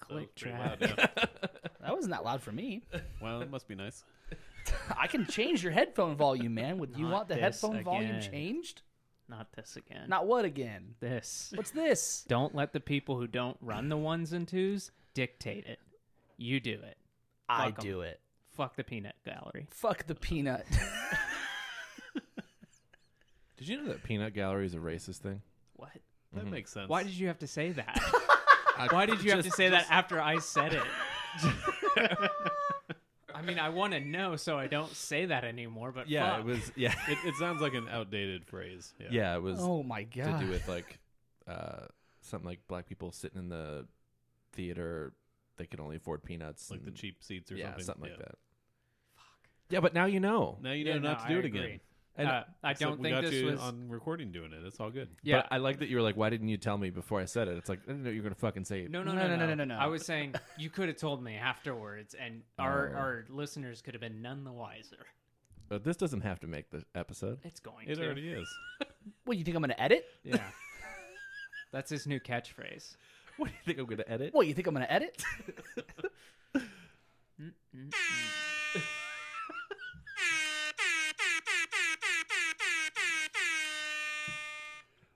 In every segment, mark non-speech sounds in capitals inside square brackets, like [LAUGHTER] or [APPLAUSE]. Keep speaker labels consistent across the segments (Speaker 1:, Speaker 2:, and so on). Speaker 1: click
Speaker 2: pretty
Speaker 1: track.
Speaker 2: loud now.
Speaker 1: That wasn't that loud for me.
Speaker 2: well, it must be nice.
Speaker 1: I can change your headphone volume, man. Would you
Speaker 3: Not
Speaker 1: want the
Speaker 3: this
Speaker 1: headphone volume
Speaker 3: again.
Speaker 1: changed?
Speaker 3: [LAUGHS] Not this again.
Speaker 1: Not what again?
Speaker 3: [LAUGHS] this.
Speaker 1: What's this?
Speaker 3: Don't let the people who don't run the ones and twos dictate it. You do it.
Speaker 1: I
Speaker 3: Fuck 'em.
Speaker 1: do it.
Speaker 3: Fuck the peanut gallery.
Speaker 1: Fuck the
Speaker 4: [LAUGHS]
Speaker 1: peanut.
Speaker 4: Did you know that peanut gallery is a racist thing?
Speaker 3: What?
Speaker 2: That makes sense.
Speaker 3: Why did you have to say [LAUGHS] that? Why did you have to say that after I said [LAUGHS] it? I mean, I want to know so I don't say that anymore, but
Speaker 4: Yeah,
Speaker 3: fuck.
Speaker 4: it was.
Speaker 3: [LAUGHS]
Speaker 4: Yeah, [LAUGHS]
Speaker 2: It, it sounds like an outdated phrase. Yeah.
Speaker 4: yeah, it was
Speaker 1: oh my
Speaker 4: to
Speaker 1: god.
Speaker 4: do with like uh, something like black people sitting in the theater. They could only afford peanuts,
Speaker 2: Like the
Speaker 4: and-
Speaker 2: cheap seats or
Speaker 4: yeah,
Speaker 2: something.
Speaker 4: like that. Fuck. Yeah, but now you know.
Speaker 2: Now you know
Speaker 3: Yeah, no,
Speaker 2: not to do
Speaker 3: I
Speaker 2: it again.
Speaker 3: agree. Uh, I
Speaker 2: Except
Speaker 3: don't
Speaker 2: we
Speaker 3: think
Speaker 2: got
Speaker 3: this
Speaker 2: you
Speaker 3: was.
Speaker 2: on recording doing it. It's all good.
Speaker 3: Yeah.
Speaker 4: But I like that you were like, "Why didn't you tell me before I said it?" It's like I didn't know you were gonna fucking say.
Speaker 3: [LAUGHS] No, no, no, no, no, no, no, I was saying you could have told me afterwards,
Speaker 2: [LAUGHS]
Speaker 3: and our
Speaker 4: Oh.
Speaker 3: our listeners could have been none the wiser.
Speaker 4: But Uh, this doesn't have to make the episode. [LAUGHS]
Speaker 3: It's going
Speaker 2: It
Speaker 3: to.
Speaker 2: already is.
Speaker 1: What you think I'm gonna edit?
Speaker 3: Yeah. [LAUGHS] That's his new catchphrase.
Speaker 4: What do you think I'm gonna edit?
Speaker 1: What you think I'm gonna edit? [LAUGHS]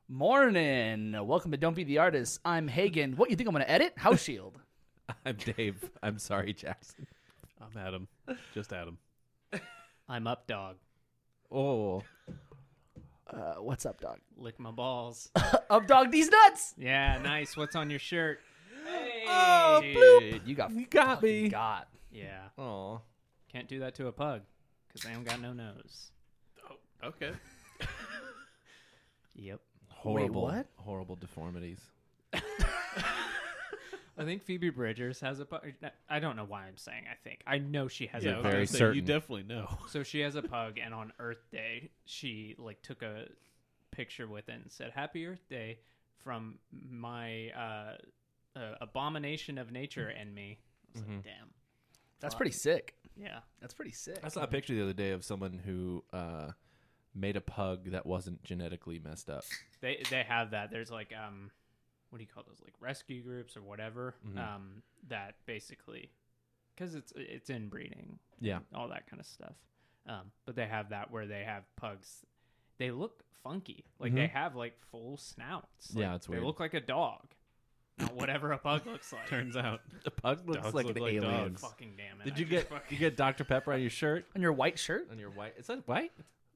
Speaker 1: Morning. Welcome to Don't Be the Artist. I'm Hagen. What you think I'm gonna edit? House Shield.
Speaker 4: I'm Dave. I'm sorry, Jackson.
Speaker 2: I'm
Speaker 3: [LAUGHS]
Speaker 2: Adam. Just Adam.
Speaker 3: I'm up, dog.
Speaker 4: Oh,
Speaker 1: Uh, what's up, dog?
Speaker 3: Lick my balls.
Speaker 1: Up, dog. These nuts.
Speaker 3: Yeah, nice. What's on your shirt? Hey.
Speaker 4: Oh, bloop.
Speaker 1: You got
Speaker 4: You got
Speaker 1: fucking
Speaker 4: me.
Speaker 1: Got.
Speaker 3: Yeah.
Speaker 4: Oh,
Speaker 3: Can't do that to a pug because they don't got no nose.
Speaker 2: Okay.
Speaker 3: Yep.
Speaker 4: horrible,
Speaker 1: what?
Speaker 4: horrible deformities.
Speaker 3: I think Phoebe Bridgers has a pug. I don't know why I'm saying I think. I know she has
Speaker 2: yeah,
Speaker 3: a
Speaker 2: I was
Speaker 3: pug.
Speaker 4: very
Speaker 2: gonna say, You
Speaker 4: certain.
Speaker 2: definitely know.
Speaker 3: So she has a pug, and on Earth Day, she like took a picture with it and said, "Happy Earth Day from my uh, uh, abomination of nature and me." I was
Speaker 4: Mm-hmm.
Speaker 3: like, "Damn,
Speaker 1: That's pretty sick.
Speaker 3: yeah,
Speaker 1: That's pretty sick.
Speaker 4: I saw a picture the other day of someone who uh, made a pug that wasn't genetically messed up.
Speaker 3: they they have that. There's like um, what do you call those like rescue groups or whatever
Speaker 4: Mm-hmm.
Speaker 3: um that basically because it's it's inbreeding,
Speaker 4: Yeah.
Speaker 3: all that kind of stuff. Um, but they have that where they have pugs. They look funky. Like they have like full snouts. Like,
Speaker 4: Mm-hmm. Yeah, it's weird.
Speaker 3: They look like a dog. Not whatever a pug looks
Speaker 4: [LAUGHS]
Speaker 3: like.
Speaker 2: [LAUGHS] Turns out.
Speaker 4: The pug looks
Speaker 2: Dogs
Speaker 4: like
Speaker 2: look
Speaker 4: an
Speaker 2: like
Speaker 4: alien.
Speaker 2: dogs.
Speaker 3: Fucking damn it.
Speaker 4: Did
Speaker 3: I
Speaker 4: you
Speaker 3: just
Speaker 4: get
Speaker 3: fucking
Speaker 4: you get Dr Pepper on your shirt?
Speaker 1: On your white shirt?
Speaker 4: On your white? Is that white?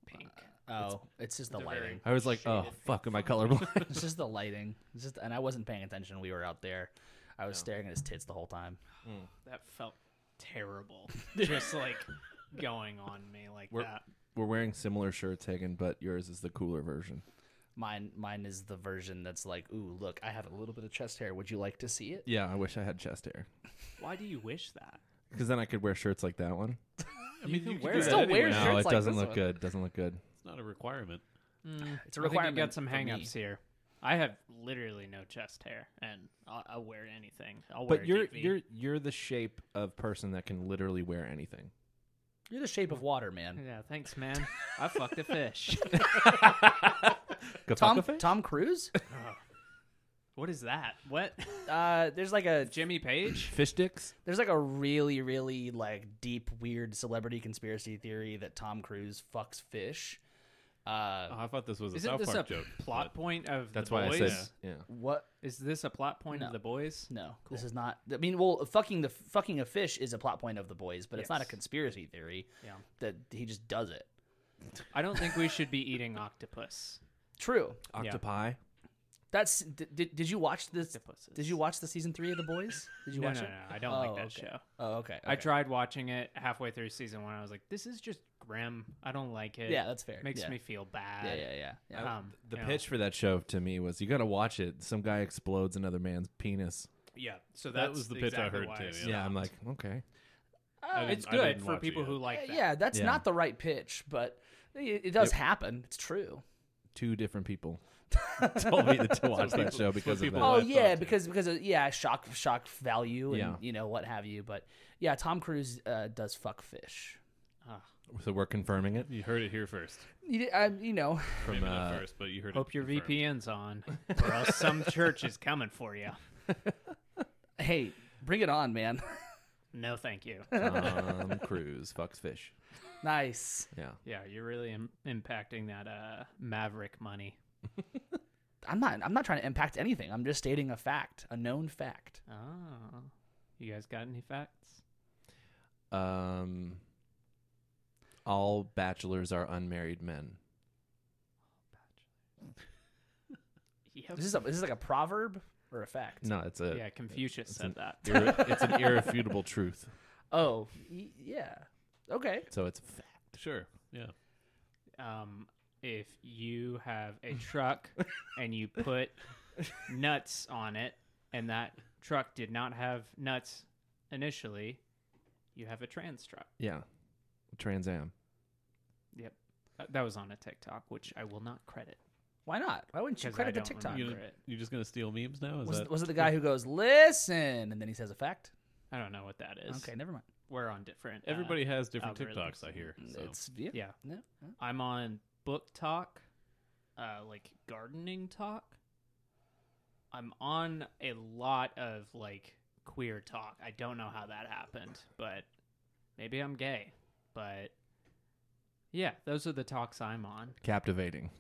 Speaker 3: pink?
Speaker 1: Oh, it's, just the
Speaker 3: they're
Speaker 1: lighting.
Speaker 3: very-
Speaker 4: I was like, oh fuck, am I
Speaker 1: [LAUGHS]
Speaker 4: colorblind?
Speaker 1: It's just the lighting. It's just, and I wasn't paying attention. We were out there. I was staring at his tits the whole time.
Speaker 3: That felt
Speaker 4: [LAUGHS]
Speaker 3: terrible. just like going on me like
Speaker 4: We're-
Speaker 3: that.
Speaker 4: We're wearing similar shirts, Hagen, but yours is the cooler version.
Speaker 1: Mine, mine is the version that's like, ooh, look, I have a little bit of chest hair. Would you like to see it?
Speaker 4: Yeah, I wish I had chest hair
Speaker 3: Why do you wish that?
Speaker 4: because then I could wear shirts like that one.
Speaker 2: I mean, you,
Speaker 3: can
Speaker 2: can
Speaker 3: wear
Speaker 2: do
Speaker 3: it.
Speaker 2: that
Speaker 3: Still
Speaker 2: anyway.
Speaker 1: wear it.
Speaker 4: No,
Speaker 1: shirts
Speaker 4: it
Speaker 1: like
Speaker 4: doesn't
Speaker 1: this
Speaker 4: look
Speaker 1: one.
Speaker 4: good. Doesn't look good.
Speaker 2: It's not
Speaker 3: [LAUGHS]
Speaker 2: a requirement.
Speaker 1: It's a
Speaker 3: I think you
Speaker 1: requirement.
Speaker 3: got some
Speaker 1: for me.
Speaker 3: hangups here. I have literally no chest hair, and I'll, I'll wear anything. I'll wear
Speaker 4: But
Speaker 3: a
Speaker 4: you're
Speaker 3: DV.
Speaker 4: you're you're the shape of person that can literally wear anything.
Speaker 1: You're the shape of water, man.
Speaker 3: yeah. Thanks, man. [LAUGHS] I fucked a fish.
Speaker 4: Go
Speaker 1: Tom,
Speaker 4: fuck a fish.
Speaker 1: Tom
Speaker 3: [LAUGHS]
Speaker 1: Cruise?
Speaker 3: [LAUGHS] what is that? What?
Speaker 1: Uh, there's like a
Speaker 3: Jimmy
Speaker 4: [LAUGHS]
Speaker 3: Page?
Speaker 4: Fish sticks.
Speaker 1: there's like a really really like deep weird celebrity conspiracy theory that Tom Cruise fucks fish. Uh,
Speaker 2: Oh, I thought this was a
Speaker 3: Isn't
Speaker 2: South
Speaker 3: this
Speaker 2: Park
Speaker 3: a
Speaker 2: joke.
Speaker 3: plot point of
Speaker 4: That's
Speaker 3: the
Speaker 4: why
Speaker 3: boys?
Speaker 4: I said yeah.
Speaker 1: what?
Speaker 3: Is this a plot point
Speaker 1: No.
Speaker 3: of the boys?
Speaker 1: No, this is not. I mean, well, fucking the fucking a fish is a plot point of the boys, but it's not a
Speaker 3: Yes.
Speaker 1: conspiracy theory.
Speaker 3: Yeah.
Speaker 1: that he just does it.
Speaker 3: I don't think we should be eating octopus. [LAUGHS]
Speaker 1: True.
Speaker 4: Octopi.
Speaker 1: That's did, did, did you watch this?
Speaker 3: Octopuses.
Speaker 1: Did you watch the season three of the boys? Did you
Speaker 3: No,
Speaker 1: watch
Speaker 3: no,
Speaker 1: it?
Speaker 3: no. I don't
Speaker 1: Oh,
Speaker 3: like that
Speaker 1: okay.
Speaker 3: show.
Speaker 1: Oh, okay.
Speaker 3: I
Speaker 1: okay.
Speaker 3: tried watching it halfway through season one. I was like, this is just grim. I don't like it.
Speaker 1: Yeah, that's fair.
Speaker 3: Makes
Speaker 1: Yeah.
Speaker 3: me feel bad.
Speaker 1: Yeah, yeah, yeah. yeah.
Speaker 3: Um,
Speaker 4: Uh, The
Speaker 3: you know,
Speaker 4: pitch for that show to me was you got to watch it. Some guy explodes another man's penis.
Speaker 3: Yeah. So
Speaker 2: That
Speaker 3: that's
Speaker 2: was the pitch I
Speaker 3: exactly
Speaker 2: heard
Speaker 3: why
Speaker 2: too,
Speaker 3: stopped.
Speaker 2: Yeah.
Speaker 4: Yeah, I'm like, okay.
Speaker 2: I didn't-
Speaker 3: Uh, It's
Speaker 2: I
Speaker 3: good
Speaker 2: didn't
Speaker 3: for
Speaker 2: watch it
Speaker 3: people
Speaker 2: yet.
Speaker 3: who like that.
Speaker 1: yeah, that's
Speaker 4: Yeah.
Speaker 1: not the right pitch, but it, it does happen. It's true.
Speaker 4: Two different people told me to, to watch that
Speaker 2: people-
Speaker 4: show
Speaker 2: that's
Speaker 4: because
Speaker 2: what
Speaker 4: of that.
Speaker 2: people
Speaker 1: Oh
Speaker 2: Oh, I
Speaker 1: yeah,
Speaker 2: thought, too.
Speaker 1: because because of, yeah, shock shock value and
Speaker 4: Yeah.
Speaker 1: you know what have you. But yeah, Tom Cruise uh, does fuck fish.
Speaker 4: So we're confirming it
Speaker 2: You heard it here first.
Speaker 1: You, d- um, you know, [SIGHS]
Speaker 4: from
Speaker 2: Maybe not
Speaker 4: uh,
Speaker 2: first, but you heard
Speaker 3: Hope
Speaker 2: it
Speaker 3: your
Speaker 2: confirmed.
Speaker 3: [LAUGHS] VPN's on, or else some church is coming for you.
Speaker 1: hey, Bring it on, man. [LAUGHS]
Speaker 3: No, thank you.
Speaker 4: Tom Cruise fucks fish.
Speaker 1: nice.
Speaker 4: Yeah.
Speaker 3: Yeah, you're really Im- impacting that uh, Maverick money.
Speaker 1: I'm not. I'm not trying to impact anything. I'm just stating a fact, a known fact.
Speaker 3: Oh, you guys got any facts?
Speaker 4: Um, all bachelors are unmarried men.
Speaker 3: Yep.
Speaker 1: This is a, this is like a proverb or a fact.
Speaker 4: No, it's a
Speaker 3: yeah, Confucius
Speaker 4: it's
Speaker 3: said
Speaker 4: an-
Speaker 3: that.
Speaker 4: irre- it's an irrefutable truth.
Speaker 1: Oh, y- yeah. Okay.
Speaker 4: So it's a fact.
Speaker 2: Sure. Yeah.
Speaker 3: Um, if you have a truck and you put [LAUGHS] nuts on it, and that truck did not have nuts initially, you have a trans truck.
Speaker 4: Yeah. Trans Am.
Speaker 3: Yep. That- That was on a TikTok, which I will not credit.
Speaker 1: Why not? Why wouldn't you
Speaker 3: 'Cause I
Speaker 1: credit the
Speaker 3: don't
Speaker 1: TikTok?
Speaker 3: remember.
Speaker 2: You,
Speaker 3: Great.
Speaker 2: you're just gonna steal memes now? Is
Speaker 1: Was,
Speaker 2: that
Speaker 1: was it the guy who goes listen and then he says a fact?
Speaker 3: I don't know what that is.
Speaker 1: Okay, never mind.
Speaker 3: We're on different. uh,
Speaker 2: everybody has different
Speaker 3: algorithms. Mm,
Speaker 2: TikToks? I hear. So.
Speaker 1: It's yeah.
Speaker 3: yeah.
Speaker 1: No, no.
Speaker 3: I'm on book talk, uh, like gardening talk. I'm on a lot of like queer talk. I don't know how that happened, but maybe I'm gay. But yeah, those are the talks I'm on.
Speaker 4: Captivating.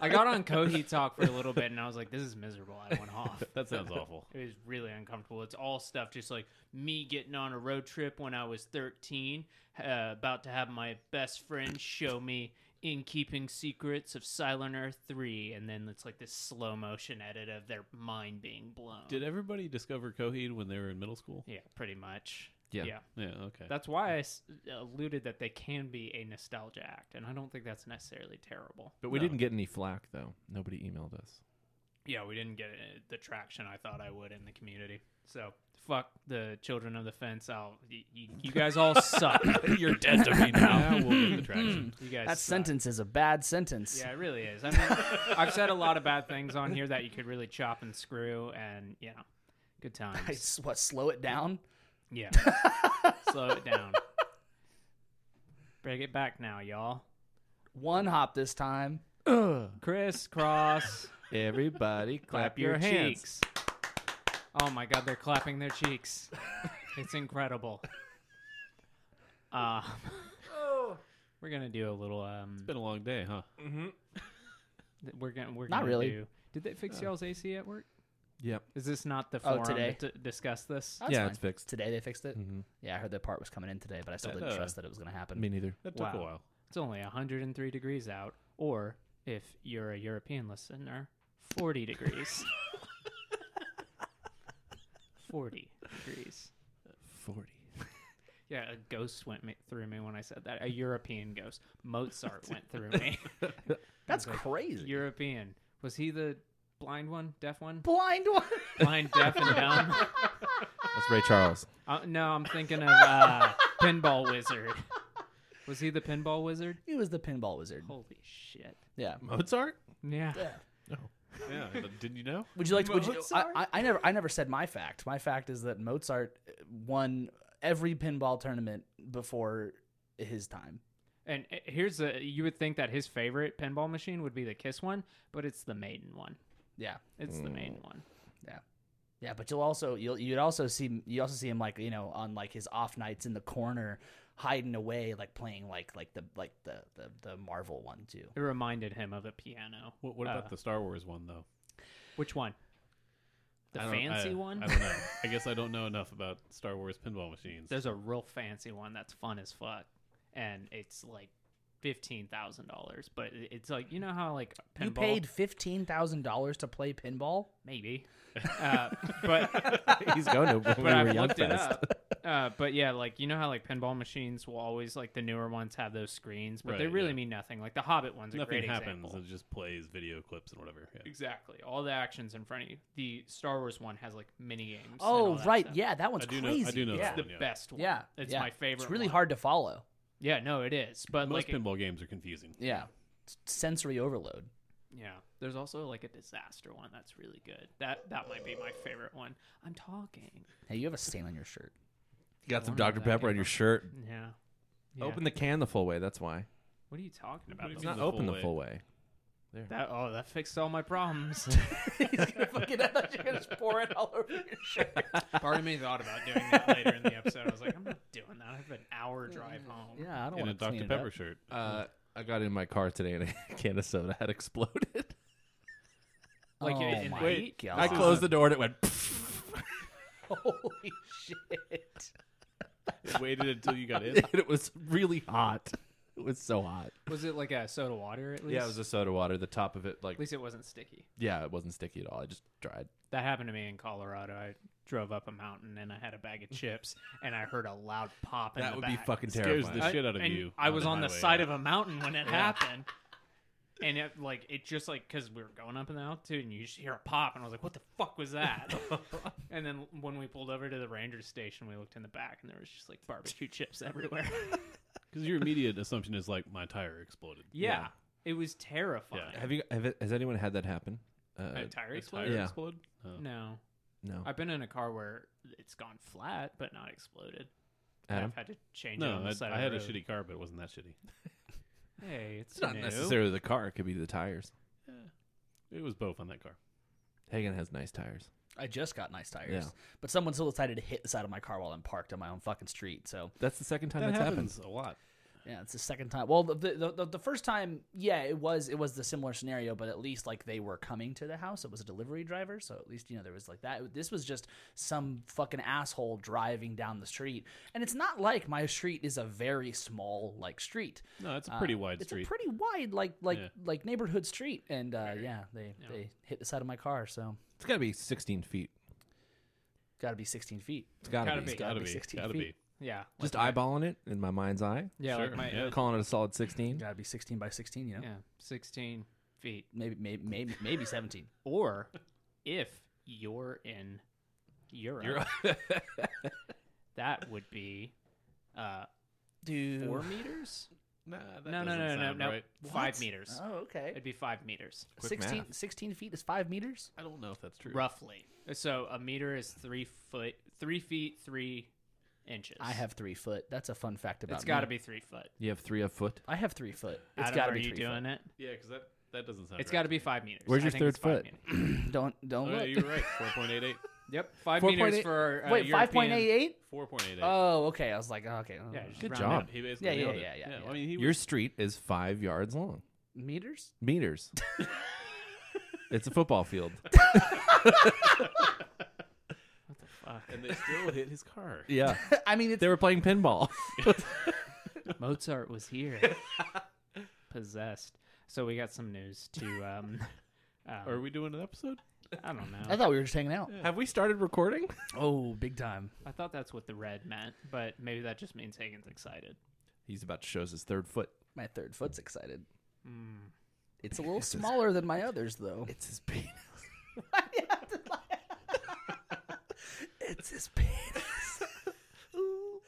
Speaker 3: I
Speaker 1: [LAUGHS]
Speaker 3: got on Kohi talk for a little bit, and I was like, "This is miserable." I went off.
Speaker 2: [LAUGHS] that sounds awful.
Speaker 3: [LAUGHS] It was really uncomfortable. It's all stuff just like me getting on a road trip when I was 13, uh, about to have my best friend show me In Keeping Secrets of Silent Earth 3. And then it's like this slow motion edit of their mind being blown.
Speaker 2: Did everybody discover Coheed when they were in middle school?
Speaker 3: yeah, pretty much.
Speaker 4: Yeah.
Speaker 3: yeah.
Speaker 2: Yeah. Okay.
Speaker 3: That's why I s- alluded that they can be a nostalgia act. And I don't think that's necessarily terrible.
Speaker 4: But we
Speaker 2: No.
Speaker 4: didn't get any flack, though. Nobody emailed us.
Speaker 3: yeah, we didn't get uh, the traction I thought I would in the community. So fuck the children of the fence. I'll y- y- you guys all suck. [LAUGHS] You're dead to me
Speaker 2: now we'll
Speaker 3: [COUGHS]
Speaker 2: get the traction.
Speaker 3: [LAUGHS] You guys,
Speaker 1: That
Speaker 3: suck.
Speaker 1: sentence is a bad sentence.
Speaker 3: Yeah, it really is.
Speaker 1: [LAUGHS]
Speaker 3: I mean, I've said a lot of bad things on here that you could really chop and screw, and you know, good times.
Speaker 1: [LAUGHS] I s- what slow it down? [LAUGHS]
Speaker 3: Yeah, slow it down. Break it back now, y'all.
Speaker 1: One hop this time.
Speaker 3: Crisscross.
Speaker 4: Everybody clap,
Speaker 3: clap your, cheeks. Oh my god, they're clapping
Speaker 1: [LAUGHS]
Speaker 3: their cheeks. it's incredible. Um, we're gonna do a little. Um,
Speaker 2: Been a long day, huh?
Speaker 3: th- we're gonna. We're
Speaker 1: Not
Speaker 3: gonna
Speaker 1: really. Uh.
Speaker 3: Do, did they fix y'all's AC at work?
Speaker 4: Yep.
Speaker 3: Is this not the
Speaker 1: Oh,
Speaker 3: forum
Speaker 1: today?
Speaker 3: to d- discuss this?
Speaker 1: Oh, that's
Speaker 4: yeah,
Speaker 1: fine.
Speaker 4: it's fixed.
Speaker 1: Today they fixed it.
Speaker 4: Mhm.
Speaker 1: Yeah, I heard that part was coming in today, but I still
Speaker 2: That,
Speaker 1: didn't
Speaker 2: uh,
Speaker 1: trust that it was going to happen.
Speaker 4: Me neither.
Speaker 2: That took
Speaker 3: Wow.
Speaker 2: a while.
Speaker 3: It's only 103 degrees out, or if you're a European listener, 40
Speaker 1: [LAUGHS]
Speaker 3: degrees. 40 degrees.
Speaker 4: 40.
Speaker 3: Yeah, a ghost went me- through me when I said that.
Speaker 2: [LAUGHS]
Speaker 3: A European ghost. Mozart went through me.
Speaker 1: That's crazy.
Speaker 3: European. Was he the blind one? Deaf one?
Speaker 1: [LAUGHS] blind one. [LAUGHS]
Speaker 3: Blind, deaf, and
Speaker 2: [LAUGHS]
Speaker 3: dumb?
Speaker 4: That's Ray Charles.
Speaker 3: Uh, no, I'm thinking of uh, Pinball Wizard. Was he the Pinball Wizard?
Speaker 1: he was the pinball wizard.
Speaker 3: Holy shit.
Speaker 1: Yeah.
Speaker 2: Mozart?
Speaker 3: [LAUGHS] Yeah.
Speaker 2: Yeah. but Didn't you know?
Speaker 1: Would you like? To, would you, I,
Speaker 3: Mozart?
Speaker 1: I, I never, I never said my fact. My fact is that Mozart won every pinball tournament before his time.
Speaker 3: And uh, here's a you would think that his favorite pinball machine would be the Kiss one, but it's the Maiden one.
Speaker 1: Yeah,
Speaker 3: It's the
Speaker 2: Mm.
Speaker 3: Maiden one.
Speaker 1: yeah. But you'll also, you'll, you'd also see, you also see him like, you know, on like his off nights in the corner, hiding away, like playing like, like the, like the, the, the Marvel one too.
Speaker 3: It reminded him of a piano.
Speaker 2: What, what
Speaker 3: Uh,
Speaker 2: about the Star Wars one though?
Speaker 3: Which one? The
Speaker 2: I don't-
Speaker 3: fancy
Speaker 2: I-
Speaker 3: one?
Speaker 2: I don't know. I guess I don't know enough about Star Wars pinball machines.
Speaker 3: There's a real fancy one that's fun as fuck, and it's like fifteen thousand dollars. But it- it's like you know how like pinball
Speaker 1: You paid fifteen thousand dollars to play pinball.
Speaker 3: maybe, uh, but
Speaker 4: [LAUGHS] He's going to when we
Speaker 3: but
Speaker 4: were
Speaker 3: I've
Speaker 4: young
Speaker 3: looked it
Speaker 4: fest.
Speaker 3: up. Uh, but yeah, like you know how like pinball machines will always like the newer ones have those screens, but they
Speaker 2: Right,
Speaker 3: really
Speaker 2: yeah.
Speaker 3: mean nothing. Like the Hobbit one's a
Speaker 2: Nothing
Speaker 3: great
Speaker 2: happens.
Speaker 3: example.
Speaker 2: It just plays video clips and whatever. Yeah.
Speaker 3: Exactly, all the actions in front of you. The Star Wars one has like mini games. and all
Speaker 1: Oh
Speaker 3: that
Speaker 1: right,
Speaker 3: stuff.
Speaker 1: yeah, that one's
Speaker 2: I do know.
Speaker 1: crazy.
Speaker 2: I do know.
Speaker 1: Yeah,
Speaker 2: that
Speaker 3: the
Speaker 2: one, yeah.
Speaker 3: best one.
Speaker 1: yeah,
Speaker 3: it's
Speaker 1: yeah.
Speaker 3: my favorite.
Speaker 1: It's really
Speaker 3: one.
Speaker 1: hard to follow.
Speaker 3: Yeah, no, it is. But
Speaker 2: Most
Speaker 3: like, it-
Speaker 2: pinball games are confusing.
Speaker 1: Yeah, S- sensory overload.
Speaker 3: yeah, there's also like a disaster one that's really good. That that might be my favorite one. I'm talking.
Speaker 1: Hey, you have a stain on your
Speaker 3: [LAUGHS]
Speaker 1: shirt. [LAUGHS]
Speaker 4: You got some
Speaker 3: Where did
Speaker 4: Dr.
Speaker 3: that
Speaker 4: Pepper
Speaker 3: come
Speaker 4: on your shirt.
Speaker 3: Yeah.
Speaker 4: Open the can the full way. That's why.
Speaker 3: What are you talking
Speaker 2: What
Speaker 3: about?
Speaker 2: do
Speaker 4: It's
Speaker 2: you
Speaker 3: The-
Speaker 2: mean?
Speaker 4: not
Speaker 2: the full
Speaker 4: open the
Speaker 2: way.
Speaker 4: full way. There.
Speaker 3: That oh, that fixed all my problems.
Speaker 4: [LAUGHS]
Speaker 1: He's gonna fucking, [LAUGHS] I thought you were gonna just pour it all
Speaker 3: [LAUGHS]
Speaker 1: over your shirt.
Speaker 3: Part of me thought about doing that later in the episode. I was like, I'm not doing that. I have an hour drive home.
Speaker 1: Yeah, I don't
Speaker 2: in a
Speaker 1: want to
Speaker 2: Dr.
Speaker 3: [LAUGHS]
Speaker 2: Pepper shirt.
Speaker 4: Uh, I got in my car today and a [LAUGHS] can of soda had exploded.
Speaker 3: Like,
Speaker 1: oh
Speaker 3: in-
Speaker 1: my
Speaker 3: wait,
Speaker 1: god!
Speaker 4: I closed the door and it went.
Speaker 1: [LAUGHS]
Speaker 4: [LAUGHS]
Speaker 1: Holy shit!
Speaker 2: It waited until you got in.
Speaker 4: and it was really hot. It was so hot.
Speaker 3: Was it like a soda water at least?
Speaker 4: Yeah, it was a soda water. The top of it, like,
Speaker 3: At least it wasn't sticky.
Speaker 4: yeah, it wasn't sticky at all. I just dried.
Speaker 3: That happened to me in Colorado. I drove up a mountain and I had a bag of chips and I heard a loud pop. in
Speaker 4: That
Speaker 3: the
Speaker 4: would be
Speaker 3: back.
Speaker 4: fucking
Speaker 2: Scares
Speaker 4: terrifying.
Speaker 2: the shit out of
Speaker 3: and
Speaker 2: you.
Speaker 3: I was on the side
Speaker 2: highway.
Speaker 3: of a mountain
Speaker 2: [LAUGHS]
Speaker 3: when it happened. And it like it just like because we were going up in the altitude and you just hear a pop and I was like, what the fuck was
Speaker 2: [LAUGHS]
Speaker 3: that? and then when we pulled over to the ranger station, we looked in the back and there was just like barbecue chips everywhere. [LAUGHS]
Speaker 2: Because your immediate assumption is like my tire exploded.
Speaker 3: yeah, it was terrifying.
Speaker 4: have you? Have it, has anyone had that happen? Uh,
Speaker 3: A tire
Speaker 2: A
Speaker 3: exploded?
Speaker 2: tire
Speaker 4: Yeah.
Speaker 2: exploded? Oh.
Speaker 3: No,
Speaker 4: no,
Speaker 3: I've been in a car where it's gone flat but not exploded. And
Speaker 4: Adam.
Speaker 3: I've had to change it on
Speaker 2: No,
Speaker 3: the
Speaker 2: I,
Speaker 3: side
Speaker 2: I
Speaker 3: of
Speaker 2: had
Speaker 3: the
Speaker 2: a
Speaker 3: road.
Speaker 2: shitty car, but it wasn't that shitty.
Speaker 3: Hey, it's,
Speaker 4: It's not
Speaker 3: new.
Speaker 4: necessarily the car. It could be the tires.
Speaker 2: It was both on that car.
Speaker 4: Hagen has nice tires.
Speaker 1: I just got nice tires,
Speaker 4: Yeah.
Speaker 1: but someone still decided to hit the side of my car while I'm parked on my own fucking street. So
Speaker 4: That's the second time
Speaker 2: that
Speaker 4: that's
Speaker 2: happens a lot.
Speaker 1: Yeah, it's the second time. Well, the, the the the first time, yeah, it was it was the similar scenario, but at least like they were coming to the house. It was a delivery driver, so at least you know there was like that. This was just some fucking asshole driving down the street, and it's not like my street is a very small like street.
Speaker 2: No, it's a pretty
Speaker 1: Uh,
Speaker 2: wide
Speaker 1: it's
Speaker 2: street.
Speaker 1: a pretty wide like like
Speaker 2: Yeah.
Speaker 1: like neighborhood street, and uh, yeah, they they hit the side of my car, so
Speaker 4: It's got to be 16 feet.
Speaker 1: got to be 16 feet.
Speaker 4: It's got
Speaker 3: Gotta
Speaker 4: to
Speaker 3: be.
Speaker 4: be.
Speaker 1: gotta
Speaker 2: gotta
Speaker 1: be
Speaker 2: be.
Speaker 1: 16
Speaker 2: gotta
Speaker 1: feet.
Speaker 2: be.
Speaker 3: Yeah,
Speaker 4: Just
Speaker 3: like my-
Speaker 4: eyeballing it in my mind's eye,
Speaker 3: Yeah, like
Speaker 2: Sure,
Speaker 3: my
Speaker 2: yeah. uh,
Speaker 4: calling it a solid 16.
Speaker 1: Got to be 16 by 16, you know,
Speaker 3: yeah, sixteen feet.
Speaker 1: maybe maybe maybe maybe
Speaker 3: [LAUGHS]
Speaker 1: 17.
Speaker 3: or if you're in Europe,
Speaker 2: [LAUGHS]
Speaker 3: that would be uh,
Speaker 1: Dude,
Speaker 3: four meters.
Speaker 2: Nah, that
Speaker 3: no, no,
Speaker 2: doesn't
Speaker 3: no, no,
Speaker 2: sound
Speaker 3: no,
Speaker 2: right.
Speaker 3: five
Speaker 1: What?
Speaker 3: meters.
Speaker 1: Oh, okay.
Speaker 3: It'd be five meters,
Speaker 4: Quick
Speaker 1: 16,
Speaker 4: math.
Speaker 1: 16 feet is five meters.
Speaker 2: I don't know if that's true.
Speaker 3: roughly. So a meter is three foot, three feet three inches.
Speaker 1: I have three foot. That's a fun fact about
Speaker 3: It's
Speaker 1: got
Speaker 3: got to be three foot.
Speaker 4: You have three a foot.
Speaker 1: I have three foot. It's
Speaker 3: Adam,
Speaker 1: got to
Speaker 3: are
Speaker 1: be
Speaker 3: you
Speaker 1: three
Speaker 3: doing it?
Speaker 2: Yeah, because that, that doesn't sound
Speaker 3: It's
Speaker 2: right.
Speaker 3: got to be five meters.
Speaker 4: Where's
Speaker 3: I
Speaker 4: your
Speaker 3: think it's five
Speaker 4: third foot?
Speaker 3: meters.
Speaker 1: foot. [LAUGHS] Don't don't
Speaker 2: Oh,
Speaker 1: look.
Speaker 2: yeah, you're right.
Speaker 3: [LAUGHS]
Speaker 2: 4.88.
Speaker 3: Yep, five
Speaker 4: 4.8
Speaker 3: meters for uh,
Speaker 1: Wait, five point
Speaker 3: European-
Speaker 1: eight eight.
Speaker 2: 4.88.
Speaker 1: Oh, okay. I was like, oh, okay.
Speaker 3: Yeah,
Speaker 1: Uh,
Speaker 3: just
Speaker 4: Good
Speaker 3: round
Speaker 4: job.
Speaker 3: up.
Speaker 2: He basically
Speaker 1: Yeah, yeah,
Speaker 2: nailed it.
Speaker 1: yeah, yeah, yeah.
Speaker 2: I mean, he
Speaker 4: Your
Speaker 2: was,
Speaker 4: street is five yards long.
Speaker 1: meters.
Speaker 2: [LAUGHS]
Speaker 4: Meters. it's a football field.
Speaker 2: and they still hit his
Speaker 3: [LAUGHS]
Speaker 2: car.
Speaker 4: Yeah.
Speaker 1: [LAUGHS] I mean, it's
Speaker 4: They were playing pinball.
Speaker 3: Mozart was [LAUGHS] here, possessed. So we got some news to. [LAUGHS] Um, um,
Speaker 2: Are we doing an episode?
Speaker 3: I don't know.
Speaker 1: I thought we were just hanging out.
Speaker 4: have we started recording?
Speaker 1: Oh, big time.
Speaker 3: I thought that's what the red meant, but maybe that just means Hagen's excited.
Speaker 4: He's about to show us his third foot.
Speaker 1: My third foot's excited.
Speaker 3: Hmm.
Speaker 1: It's a little smaller than my others, though.
Speaker 4: It's his penis.
Speaker 1: [LAUGHS] It's his penis. [LAUGHS] Ooh.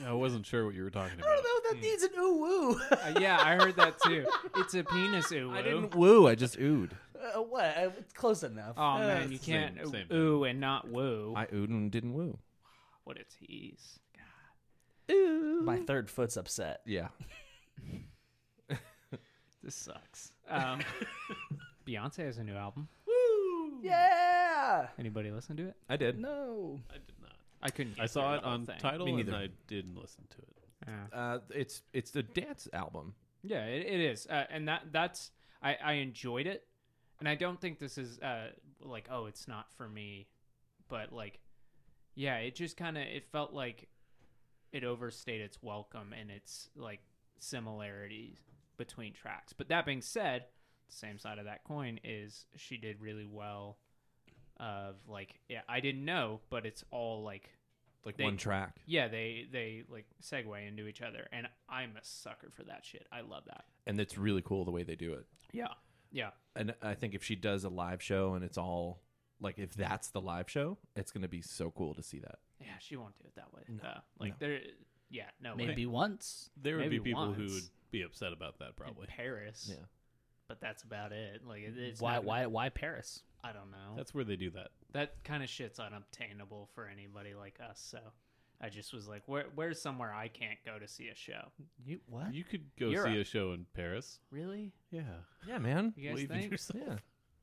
Speaker 2: Yeah, I wasn't sure what you
Speaker 3: [LAUGHS]
Speaker 2: were talking
Speaker 1: I don't
Speaker 2: about.
Speaker 1: know. That needs an ooh woo.
Speaker 3: Uh, yeah, I heard that too. It's a penis ooh.
Speaker 4: I didn't woo. I just oohed.
Speaker 1: [LAUGHS] uh, what? Uh, it's close enough.
Speaker 3: Oh
Speaker 1: Uh,
Speaker 3: man, you
Speaker 2: same-
Speaker 3: can't
Speaker 2: same thing.
Speaker 3: ooh and not woo.
Speaker 4: I oohed and didn't woo.
Speaker 3: What a tease.
Speaker 4: Ooh.
Speaker 1: my third foot's upset.
Speaker 4: Yeah.
Speaker 3: This sucks. [LAUGHS] Um, Beyonce has a new album.
Speaker 1: Yeah.
Speaker 3: Anybody listen to it?
Speaker 4: I did.
Speaker 1: No.
Speaker 2: I did not.
Speaker 3: I couldn't.
Speaker 2: I
Speaker 3: get
Speaker 2: saw
Speaker 3: through
Speaker 2: it
Speaker 3: the whole
Speaker 2: on
Speaker 3: thing.
Speaker 2: title
Speaker 4: Me
Speaker 2: and
Speaker 4: neither.
Speaker 2: I didn't listen to it.
Speaker 3: Yeah.
Speaker 4: Uh, it's it's a dance album.
Speaker 3: Yeah, it, it is, uh, and that that's I, I enjoyed it, and I don't think this is uh, like oh it's not for me, but like yeah, it just kind of it felt like it overstayed its welcome and its like similarities between tracks. But that being said, the same side of that coin is she did really well. Of like yeah, I didn't know, but it's all like
Speaker 4: Like
Speaker 3: They-
Speaker 4: one track.
Speaker 3: yeah, they they like segue into each other, and I'm a sucker for that shit. I love that.
Speaker 4: And it's really cool the way they do it.
Speaker 3: Yeah. Yeah.
Speaker 4: And I think if she does a live show and it's all like if that's the live show, it's gonna be so cool to see that.
Speaker 3: Yeah, she won't do it that way. uh, like
Speaker 4: no.
Speaker 3: there yeah, no way.
Speaker 1: Maybe once.
Speaker 2: There would
Speaker 3: Maybe
Speaker 2: be people who
Speaker 3: once.
Speaker 2: would be upset about that,
Speaker 3: In
Speaker 2: probably.
Speaker 3: Paris.
Speaker 4: Yeah.
Speaker 3: But that's about it. Like it, it's
Speaker 1: why?
Speaker 3: not gonna-
Speaker 1: Why? Why Paris?
Speaker 3: I don't know.
Speaker 2: That's where they do that.
Speaker 3: that kind of shit's unobtainable for anybody like us, so I just was like, where where's somewhere I can't go to see a show?
Speaker 1: You what?
Speaker 2: You could go see
Speaker 3: Europe.
Speaker 2: a show in Paris.
Speaker 3: Really?
Speaker 2: Yeah.
Speaker 4: Yeah, man.
Speaker 3: You guys
Speaker 2: Believe in
Speaker 3: think?
Speaker 2: yourself.
Speaker 4: Yeah.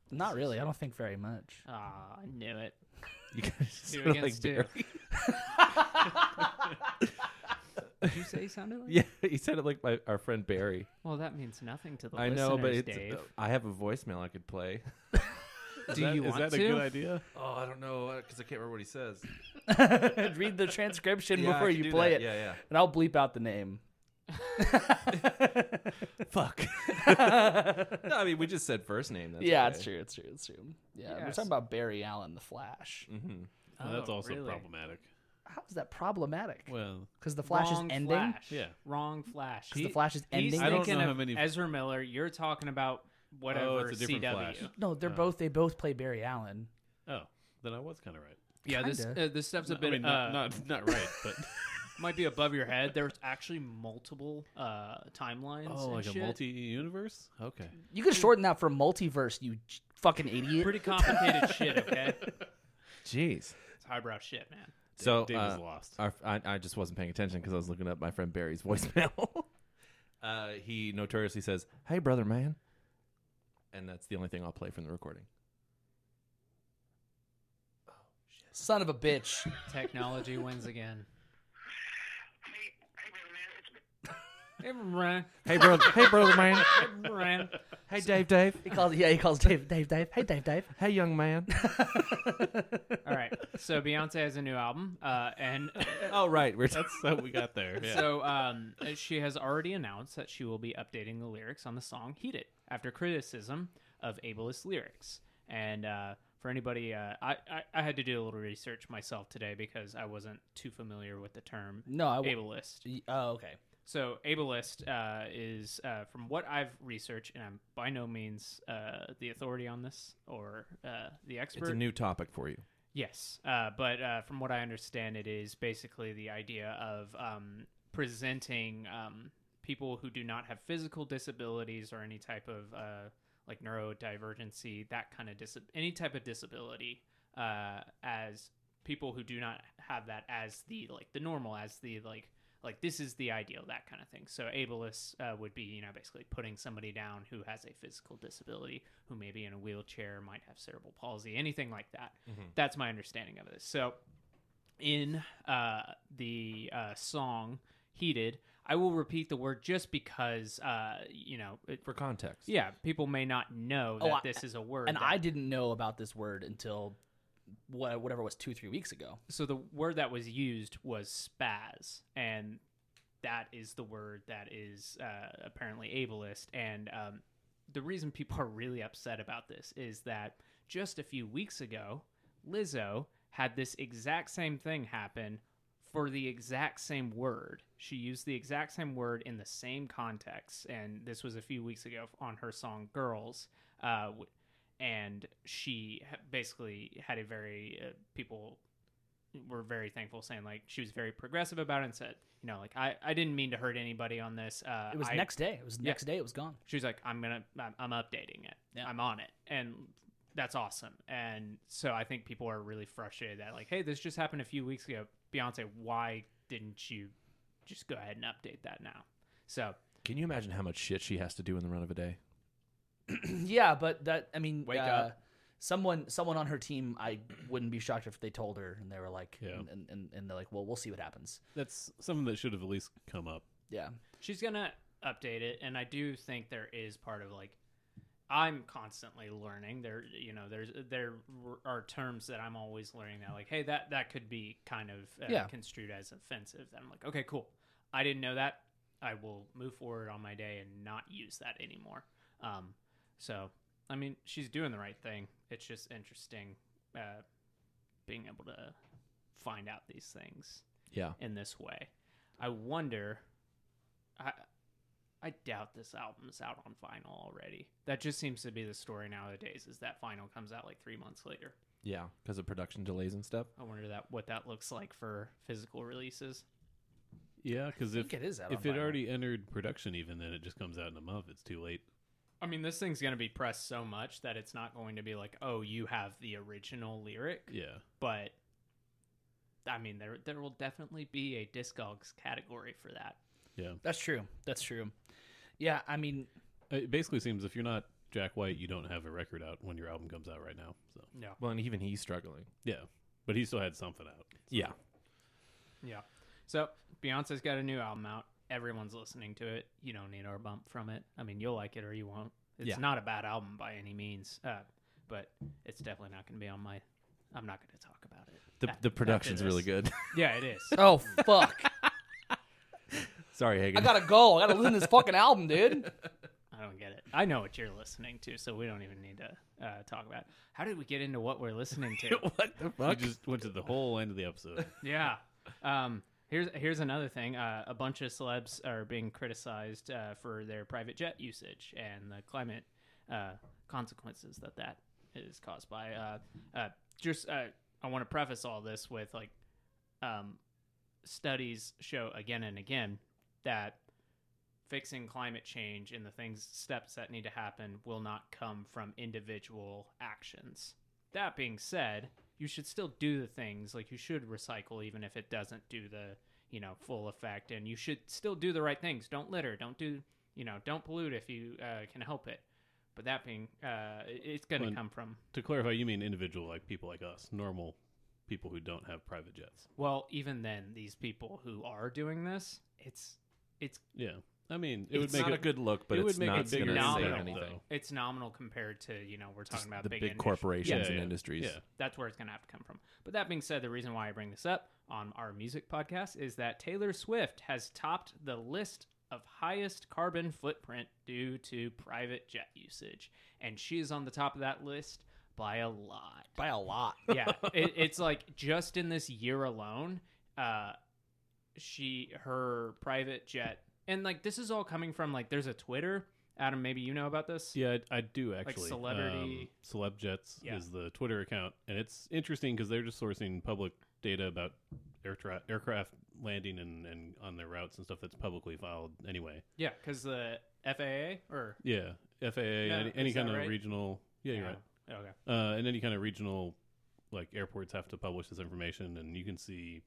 Speaker 1: Not really. I don't think very [LAUGHS] much.
Speaker 3: Ah, I knew
Speaker 4: [LAUGHS]
Speaker 3: it.
Speaker 4: [LAUGHS] You guys
Speaker 3: Two
Speaker 4: are like
Speaker 3: against two.
Speaker 4: barely-
Speaker 3: [LAUGHS] Did you say something like
Speaker 4: Yeah, [LAUGHS] he said it like my our friend Barry.
Speaker 3: Well, that means nothing to the
Speaker 4: I
Speaker 3: listeners,
Speaker 4: know, but it's, uh,
Speaker 3: Dave.
Speaker 4: I have a voicemail I could play.
Speaker 2: [LAUGHS] Is
Speaker 3: Do
Speaker 2: that-
Speaker 3: you
Speaker 2: is
Speaker 3: want
Speaker 2: that
Speaker 3: to?
Speaker 2: a good [LAUGHS] idea?
Speaker 4: [LAUGHS] Oh, I don't know because I can't remember what he says. [CLEARS THROAT]
Speaker 1: Read the transcription before you play it,
Speaker 4: Yeah,
Speaker 1: and I'll bleep out the name.
Speaker 4: yeah. Fuck. [LAUGHS] no, I mean we just said first name. That's
Speaker 1: yeah,
Speaker 4: okay.
Speaker 1: it's true. It's true. It's true. Yeah, we're
Speaker 3: Yes.
Speaker 1: talking about Barry Allen, The Flash.
Speaker 4: Mhm.
Speaker 2: Well, that's
Speaker 3: Oh,
Speaker 2: also
Speaker 3: really?
Speaker 2: problematic.
Speaker 1: How is that problematic?
Speaker 2: Well,
Speaker 1: Because The Flash
Speaker 3: Wrong
Speaker 1: is ending.
Speaker 3: Flash.
Speaker 2: Yeah.
Speaker 3: Wrong Flash.
Speaker 1: 'Cause the Flash is ending.
Speaker 3: He's
Speaker 2: I don't
Speaker 3: thinking
Speaker 2: know how
Speaker 3: of
Speaker 2: many-
Speaker 3: Ezra Miller. You're talking about whatever
Speaker 2: Oh, it's a different
Speaker 3: CW.
Speaker 2: Flash.
Speaker 1: No, they're both. They both play Barry Allen.
Speaker 2: oh, then I was kind of right.
Speaker 3: Yeah, this
Speaker 1: Kinda.
Speaker 3: uh, this stuff's a
Speaker 2: I
Speaker 3: bit
Speaker 2: mean,
Speaker 3: uh,
Speaker 2: not, not not [LAUGHS] right, but
Speaker 3: might be above your head. There's actually multiple uh, timelines.
Speaker 2: oh,
Speaker 3: and
Speaker 2: like
Speaker 3: shit.
Speaker 2: a multi-universe. Okay.
Speaker 1: You can shorten that for multiverse. You j- fucking idiot.
Speaker 3: Pretty complicated shit. Okay,
Speaker 4: Jeez.
Speaker 3: it's highbrow shit, man.
Speaker 4: So
Speaker 2: Dave
Speaker 4: uh,
Speaker 2: is lost.
Speaker 4: our, I, I just wasn't paying attention because I was looking up my friend Barry's [LAUGHS] voicemail. uh, he notoriously says, "Hey, brother, man," and that's the only thing I'll play from the recording.
Speaker 1: Son of a bitch.
Speaker 3: Technology wins
Speaker 2: [LAUGHS]
Speaker 3: again.
Speaker 5: Hey, hey, brother, man. It's been,
Speaker 3: Hey, Bran.
Speaker 4: [LAUGHS] Hey, brother. hey, brother, man.
Speaker 3: Hey, Bran.
Speaker 4: [LAUGHS] Hey, Dave, Dave.
Speaker 1: He calls. Yeah, he calls Dave. Dave. Dave. Hey, Dave. Dave.
Speaker 4: Hey, young [LAUGHS] man.
Speaker 3: All right, so Beyonce has a new album, uh, and
Speaker 4: oh, right. We're
Speaker 2: That's how we got there. [LAUGHS] Yeah.
Speaker 3: So um, she has already announced that she will be updating the lyrics on the song "Heated" after criticism of ableist lyrics. And uh, for anybody, uh, I, I I had to do a little research myself today because I wasn't too familiar with the term
Speaker 1: No, I. W-
Speaker 3: ableist.
Speaker 1: oh, okay.
Speaker 3: So ableist uh, is, uh, from what I've researched, and I'm by no means uh, the authority on this or uh, the expert.
Speaker 4: [LAUGHS] it's a new topic for you.
Speaker 3: Yes, uh, but uh, from what I understand, it is basically the idea of um, presenting um, people who do not have physical disabilities or any type of uh, like neurodivergency, that kind of dis- any type of disability, uh, as people who do not have that as the like the normal, as the like like this is the ideal, that kind of thing. So ableist uh, would be you know basically putting somebody down who has a physical disability, who may be in a wheelchair, might have cerebral palsy, anything like that. That's my understanding of this. So, in uh, the uh, song "Heated," I will repeat the word just because uh, you know, it,
Speaker 4: For context.
Speaker 3: yeah, people may not know
Speaker 1: Oh,
Speaker 3: that
Speaker 1: I-
Speaker 3: this is a word.
Speaker 1: And
Speaker 3: that-
Speaker 1: I didn't know about this word until wha- whatever was two, three weeks ago.
Speaker 3: so the word that was used was spaz, and that is the word that is uh, apparently ableist. And um, the reason people [LAUGHS] are really upset about this is that just a few weeks ago, Lizzo had this exact same thing happen for the exact same word. She used the exact same word in the same context, and this was a few weeks ago on her song "Girls." Uh, w- and she ha- basically had a very uh, people were very thankful, saying like she was very progressive about it and said, you know, like I, I didn't mean to hurt anybody on this. Uh,
Speaker 1: It was
Speaker 3: I-
Speaker 1: next day. It was
Speaker 3: Yeah.
Speaker 1: next day. It was gone. [CLEARS THROAT]
Speaker 3: she was like i'm gonna i'm, I'm updating it
Speaker 1: Yeah.
Speaker 3: i'm on it and that's awesome and so i think people are really frustrated that like hey this just happened a few weeks ago beyonce why didn't you just go ahead and update that now so
Speaker 4: Can you imagine how much shit she has to do in the run of a day?
Speaker 1: yeah, but that I mean,
Speaker 3: Wake
Speaker 1: uh,
Speaker 3: up.
Speaker 1: Someone, someone on her team, I wouldn't be shocked if they told her, and they were like,
Speaker 2: Yeah.
Speaker 1: and, and- and, and they're like, well, we'll see what happens.
Speaker 2: That's something that should have at least come up.
Speaker 1: Yeah,
Speaker 3: she's gonna update it and i do think there is part of like i'm constantly learning there you know there's there are terms that i'm always learning that like hey that that could be kind of uh,
Speaker 1: Yeah.
Speaker 3: construed as offensive that i'm like okay cool i didn't know that i will move forward on my day and not use that anymore um so i mean she's doing the right thing it's just interesting uh being able to find out these things
Speaker 4: Yeah.
Speaker 3: in this way. I wonder. I I doubt this album is out on vinyl already. That just seems to be the story nowadays. Is that vinyl comes out like three months later?
Speaker 4: Yeah. Because of production delays and stuff.
Speaker 3: I wonder that what that looks like for physical releases.
Speaker 2: Yeah, because if
Speaker 1: think it is out
Speaker 2: if
Speaker 1: on
Speaker 2: it
Speaker 1: vinyl.
Speaker 2: already entered production, even then it just comes out in a month. It's too late.
Speaker 3: I mean, this thing's gonna be pressed so much that it's not going to be like, oh, you have the original lyric,
Speaker 2: Yeah.
Speaker 3: but I mean, there there will definitely be a Discogs category for that.
Speaker 2: Yeah.
Speaker 1: That's true. That's true. Yeah, I mean,
Speaker 2: It basically seems if you're not Jack White, you don't have a record out when your album comes out right now. So
Speaker 3: No.
Speaker 4: Well, and even he's struggling.
Speaker 2: yeah, but he still had something out.
Speaker 4: Yeah.
Speaker 3: Yeah. So Beyonce's got a new album out. Everyone's listening to it. You don't need our bump from it. I mean, you'll like it or you won't. It's
Speaker 4: Yeah.
Speaker 3: not a bad album by any means, uh, but it's definitely not going to be on my. I'm not going to talk about it.
Speaker 4: The,
Speaker 3: After
Speaker 4: the production's
Speaker 3: this.
Speaker 4: really good. [LAUGHS]
Speaker 3: Yeah, it is.
Speaker 1: oh fuck,
Speaker 4: Sorry, Hagen.
Speaker 1: I gotta go. I gotta listen to this fucking album, dude.
Speaker 3: [LAUGHS] I don't get it. I know what you're listening to, so we don't even need to uh, talk about. It. How did we get into what we're listening to? [LAUGHS]
Speaker 4: what the
Speaker 2: We
Speaker 4: fuck?
Speaker 2: just went to the whole end of the episode.
Speaker 3: yeah. Um, here's here's another thing. Uh, a bunch of celebs are being criticized uh, for their private jet usage and the climate uh, consequences that that is caused by. Uh, uh, just uh, I want to preface all this with like um, studies show again and again that fixing climate change and the things steps that need to happen will not come from individual actions. That being said, you should still do the things like you should recycle even if it doesn't do the, you know, full effect and you should still do the right things. Don't litter, don't do, you know, don't pollute if you uh, can help it. But that being uh, it- it's going to
Speaker 2: Well,
Speaker 3: come from
Speaker 2: to clarify, you mean individual, like people like us, normal people who don't have private jets.
Speaker 3: well, even then these people who are doing this, it's it's
Speaker 2: Yeah, I mean, it
Speaker 4: It's
Speaker 2: would make
Speaker 4: not
Speaker 2: it,
Speaker 4: a good look, but
Speaker 2: it would
Speaker 4: it's
Speaker 2: make a
Speaker 4: not going
Speaker 2: bigger
Speaker 4: to save
Speaker 3: nominal,
Speaker 4: anything.
Speaker 2: though.
Speaker 3: it's nominal compared to, you know, we're talking about
Speaker 4: the big,
Speaker 3: initi-
Speaker 4: corporations
Speaker 2: Yeah,
Speaker 4: and
Speaker 2: yeah.
Speaker 4: industries.
Speaker 2: Yeah.
Speaker 3: that's where it's going to have to come from. But that being said, the reason why I bring this up on our music podcast is that Taylor Swift has topped the list of highest carbon footprint due to private jet usage, and she is on the top of that list by a lot.
Speaker 1: By a lot.
Speaker 2: [LAUGHS]
Speaker 3: yeah, it, it's like just in this year alone, uh, she her private jet, and like this is all coming from like there's a Twitter. Adam, maybe you know about this.
Speaker 2: Yeah, I, I do actually.
Speaker 3: celebrity-
Speaker 2: um, celeb jets
Speaker 3: Yeah.
Speaker 2: is the Twitter account, and it's interesting because they're just sourcing public data about air tra- aircraft landing and, and on their routes and stuff that's publicly filed anyway.
Speaker 3: Yeah, because the FAA or
Speaker 2: Yeah, FAA,
Speaker 3: No,
Speaker 2: any, any
Speaker 3: is that
Speaker 2: kind of
Speaker 3: right?
Speaker 2: regional. Yeah, you're right.
Speaker 3: Okay.
Speaker 2: Uh, and any kind of regional, like airports have to publish this information, and you can see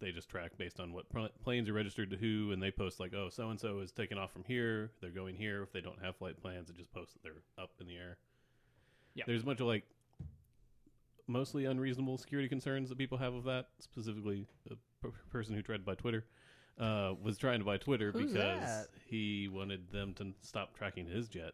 Speaker 2: they just track based on what pl- planes are registered to who, and they post like, oh, so and so is taking off from here, they're going here. If they don't have flight plans, it just posts that they're up in the air.
Speaker 3: Yeah.
Speaker 2: there's a bunch of like mostly unreasonable security concerns that people have of that. Specifically, the p- person who tried to buy Twitter. Uh, was trying to buy Twitter
Speaker 1: Who's
Speaker 2: because
Speaker 1: that?
Speaker 2: he wanted them to stop tracking his jet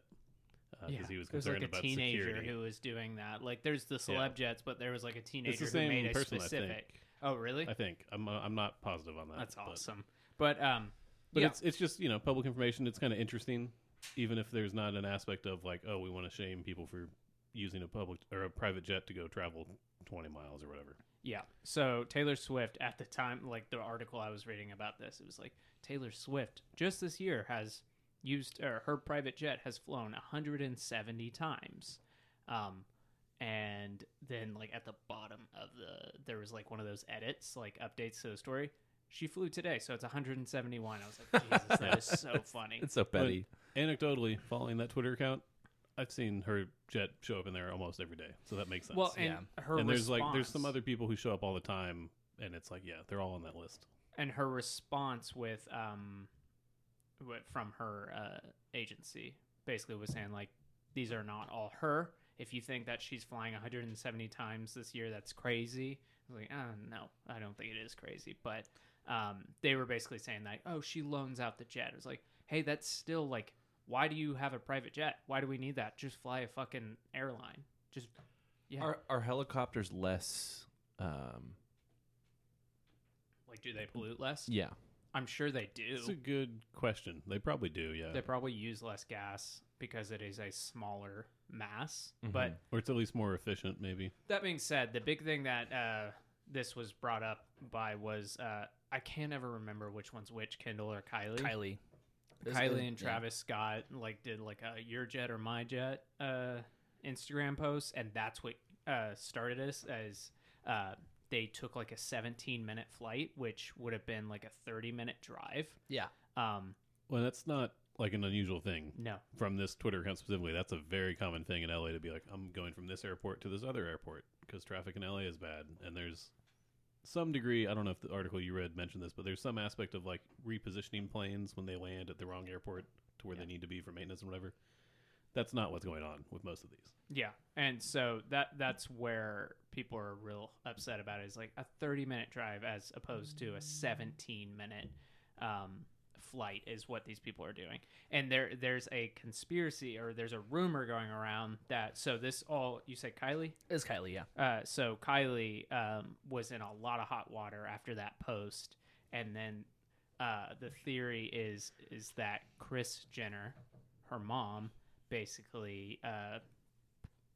Speaker 2: because he was
Speaker 3: It was
Speaker 2: concerned
Speaker 3: like a
Speaker 2: about
Speaker 3: teenager
Speaker 2: security.
Speaker 3: who was doing that. Like, there's the celeb jets, but there was like a teenager
Speaker 2: same
Speaker 3: who made a
Speaker 2: person, I
Speaker 3: specific.
Speaker 2: think.
Speaker 3: Oh, really?
Speaker 2: I think I'm uh, I'm not positive on that.
Speaker 3: That's
Speaker 2: but-
Speaker 3: awesome. But, um,
Speaker 2: But,
Speaker 3: yeah,
Speaker 2: it's it's just you know public information. It's kind of interesting, even if there's not an aspect of like oh we want to shame people for using a public or a private jet to go travel 20 miles or whatever.
Speaker 3: yeah. So Taylor Swift at the time, like the article I was reading about this, it was like Taylor Swift just this year has used or her private jet has flown 170 times. Um, and then like at the bottom of the there was like one of those edits like updates to the story she flew today so it's 171 i was like jesus that is
Speaker 2: [LAUGHS]
Speaker 3: so funny
Speaker 4: It's so petty.
Speaker 2: But anecdotally, following that Twitter account, I've seen her jet show up in there almost every day, so that makes sense.
Speaker 3: Well, and her
Speaker 2: and there's like there's
Speaker 3: response-
Speaker 2: some other people who show up all the time, and it's like yeah they're all on that list.
Speaker 3: and her response with um, what from her uh, agency basically was saying like these are not all her. If you think that she's flying 170 times this year, that's crazy. I was like, oh, no, I don't think it is crazy. But um, they were basically saying like, oh, she loans out the jet. It was like, hey, that's still like, why do you have a private jet? Why do we need that? Just fly a fucking airline. Just yeah.
Speaker 4: Are, are helicopters less? Um,
Speaker 3: like, do they pollute less?
Speaker 4: yeah.
Speaker 3: I'm sure they do.
Speaker 2: It's a good question. They probably do, yeah.
Speaker 3: they probably use less gas because it is a smaller mass.
Speaker 4: Mhm.
Speaker 3: But
Speaker 2: or it's at least more efficient, maybe.
Speaker 3: that being said, the big thing that uh, this was brought up by was uh, I can't ever remember which one's which, Kendall or Kylie.
Speaker 1: Kylie.
Speaker 3: Kylie and Travis Scott like did like a your jet or my jet uh, Instagram post, and that's what uh, started us as uh, they took like a 17 minute flight, which would have been like a 30 minute drive.
Speaker 1: Yeah.
Speaker 3: Um,
Speaker 2: Well, that's not like an unusual thing.
Speaker 3: no,
Speaker 2: from this Twitter account specifically, that's a very common thing in LA to be like, I'm going from this airport to this other airport because traffic in LA is bad, and there's some degree, I don't know if the article you read mentioned this, but there's some aspect of like repositioning planes when they land at the wrong airport to where they need to be for maintenance and whatever. That's not what's going on with most of these.
Speaker 3: Yeah, and so that that's where people are real upset about it. Is like a thirty minute drive as opposed to a seventeen minute um, flight is what these people are doing. And there there's a conspiracy or there's a rumor going around that so this all you said Kylie
Speaker 1: It's Kylie, yeah.
Speaker 3: uh, so Kylie um, was in a lot of hot water after that post, and then uh, the theory is is that Chris Jenner, her mom, basically uh,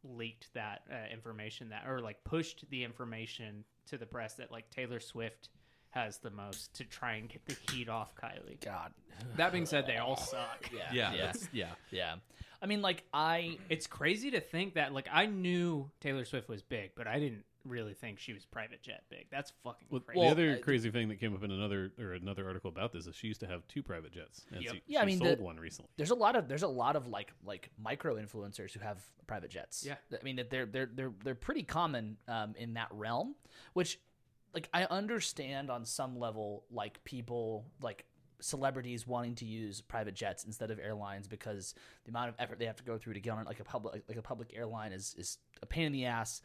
Speaker 3: leaked that uh, information that or like pushed the information to the press that like Taylor Swift has the most to try and get the heat off Kylie.
Speaker 1: God.
Speaker 3: That being said, they all suck.
Speaker 4: Yeah,
Speaker 1: Yeah.
Speaker 4: [LAUGHS] that's- yeah.
Speaker 1: Yeah. I mean, like, I.
Speaker 3: It's crazy to think that like I knew Taylor Swift was big, but I didn't really think she was private jet big. That's fucking
Speaker 2: Well,
Speaker 3: crazy. [LAUGHS]
Speaker 2: the
Speaker 1: Well,
Speaker 2: other
Speaker 1: uh,
Speaker 2: crazy thing that came up in another or another article about this is she used to have two private jets, and
Speaker 3: Yep.
Speaker 2: she,
Speaker 1: Yeah, I
Speaker 2: she
Speaker 1: mean,
Speaker 2: sold
Speaker 1: the-
Speaker 2: one recently.
Speaker 1: There's a lot of there's a lot of like like micro influencers who have private jets.
Speaker 3: Yeah.
Speaker 1: I mean they're they're they're they're pretty common um, in that realm, which like I understand on some level like people like celebrities wanting to use private jets instead of airlines because the amount of effort they have to go through to get on like a public like a public airline is is a pain in the ass.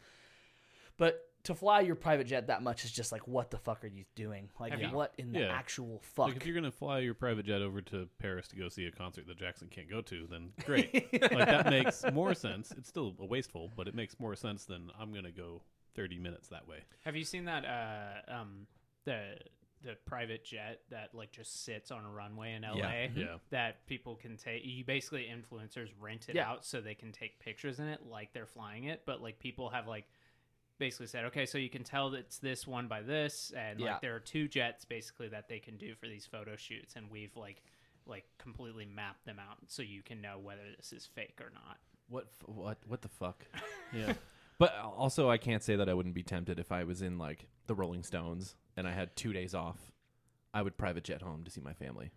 Speaker 1: But to fly your private jet that much is just like what the fuck are you doing? Like
Speaker 3: Have you-
Speaker 1: what in the
Speaker 2: Yeah.
Speaker 1: actual fuck?
Speaker 2: Like if you're gonna fly your private jet over to Paris to go see a concert that Jackson can't go to, then
Speaker 1: [LAUGHS]
Speaker 2: great. like that makes more sense. It's still a wasteful, but it makes more sense than I'm gonna go 30 minutes that way.
Speaker 3: Have you seen that uh um the the private jet that like just sits on a runway in LA
Speaker 1: Mm-hmm.
Speaker 2: Yeah.
Speaker 3: that people can take you basically influencers rent it
Speaker 1: Yeah.
Speaker 3: out so they can take pictures in it like they're flying it but like people have like basically said okay so you can tell that it's this one by this and
Speaker 1: Yeah.
Speaker 3: like there are two jets basically that they can do for these photo shoots and we've like like completely mapped them out so you can know whether this is fake or not.
Speaker 4: What f- what what the fuck? [LAUGHS]
Speaker 2: Yeah.
Speaker 4: But also, I can't say that I wouldn't be tempted if I was in like the Rolling Stones and I had two days off. I would private jet home to see my family.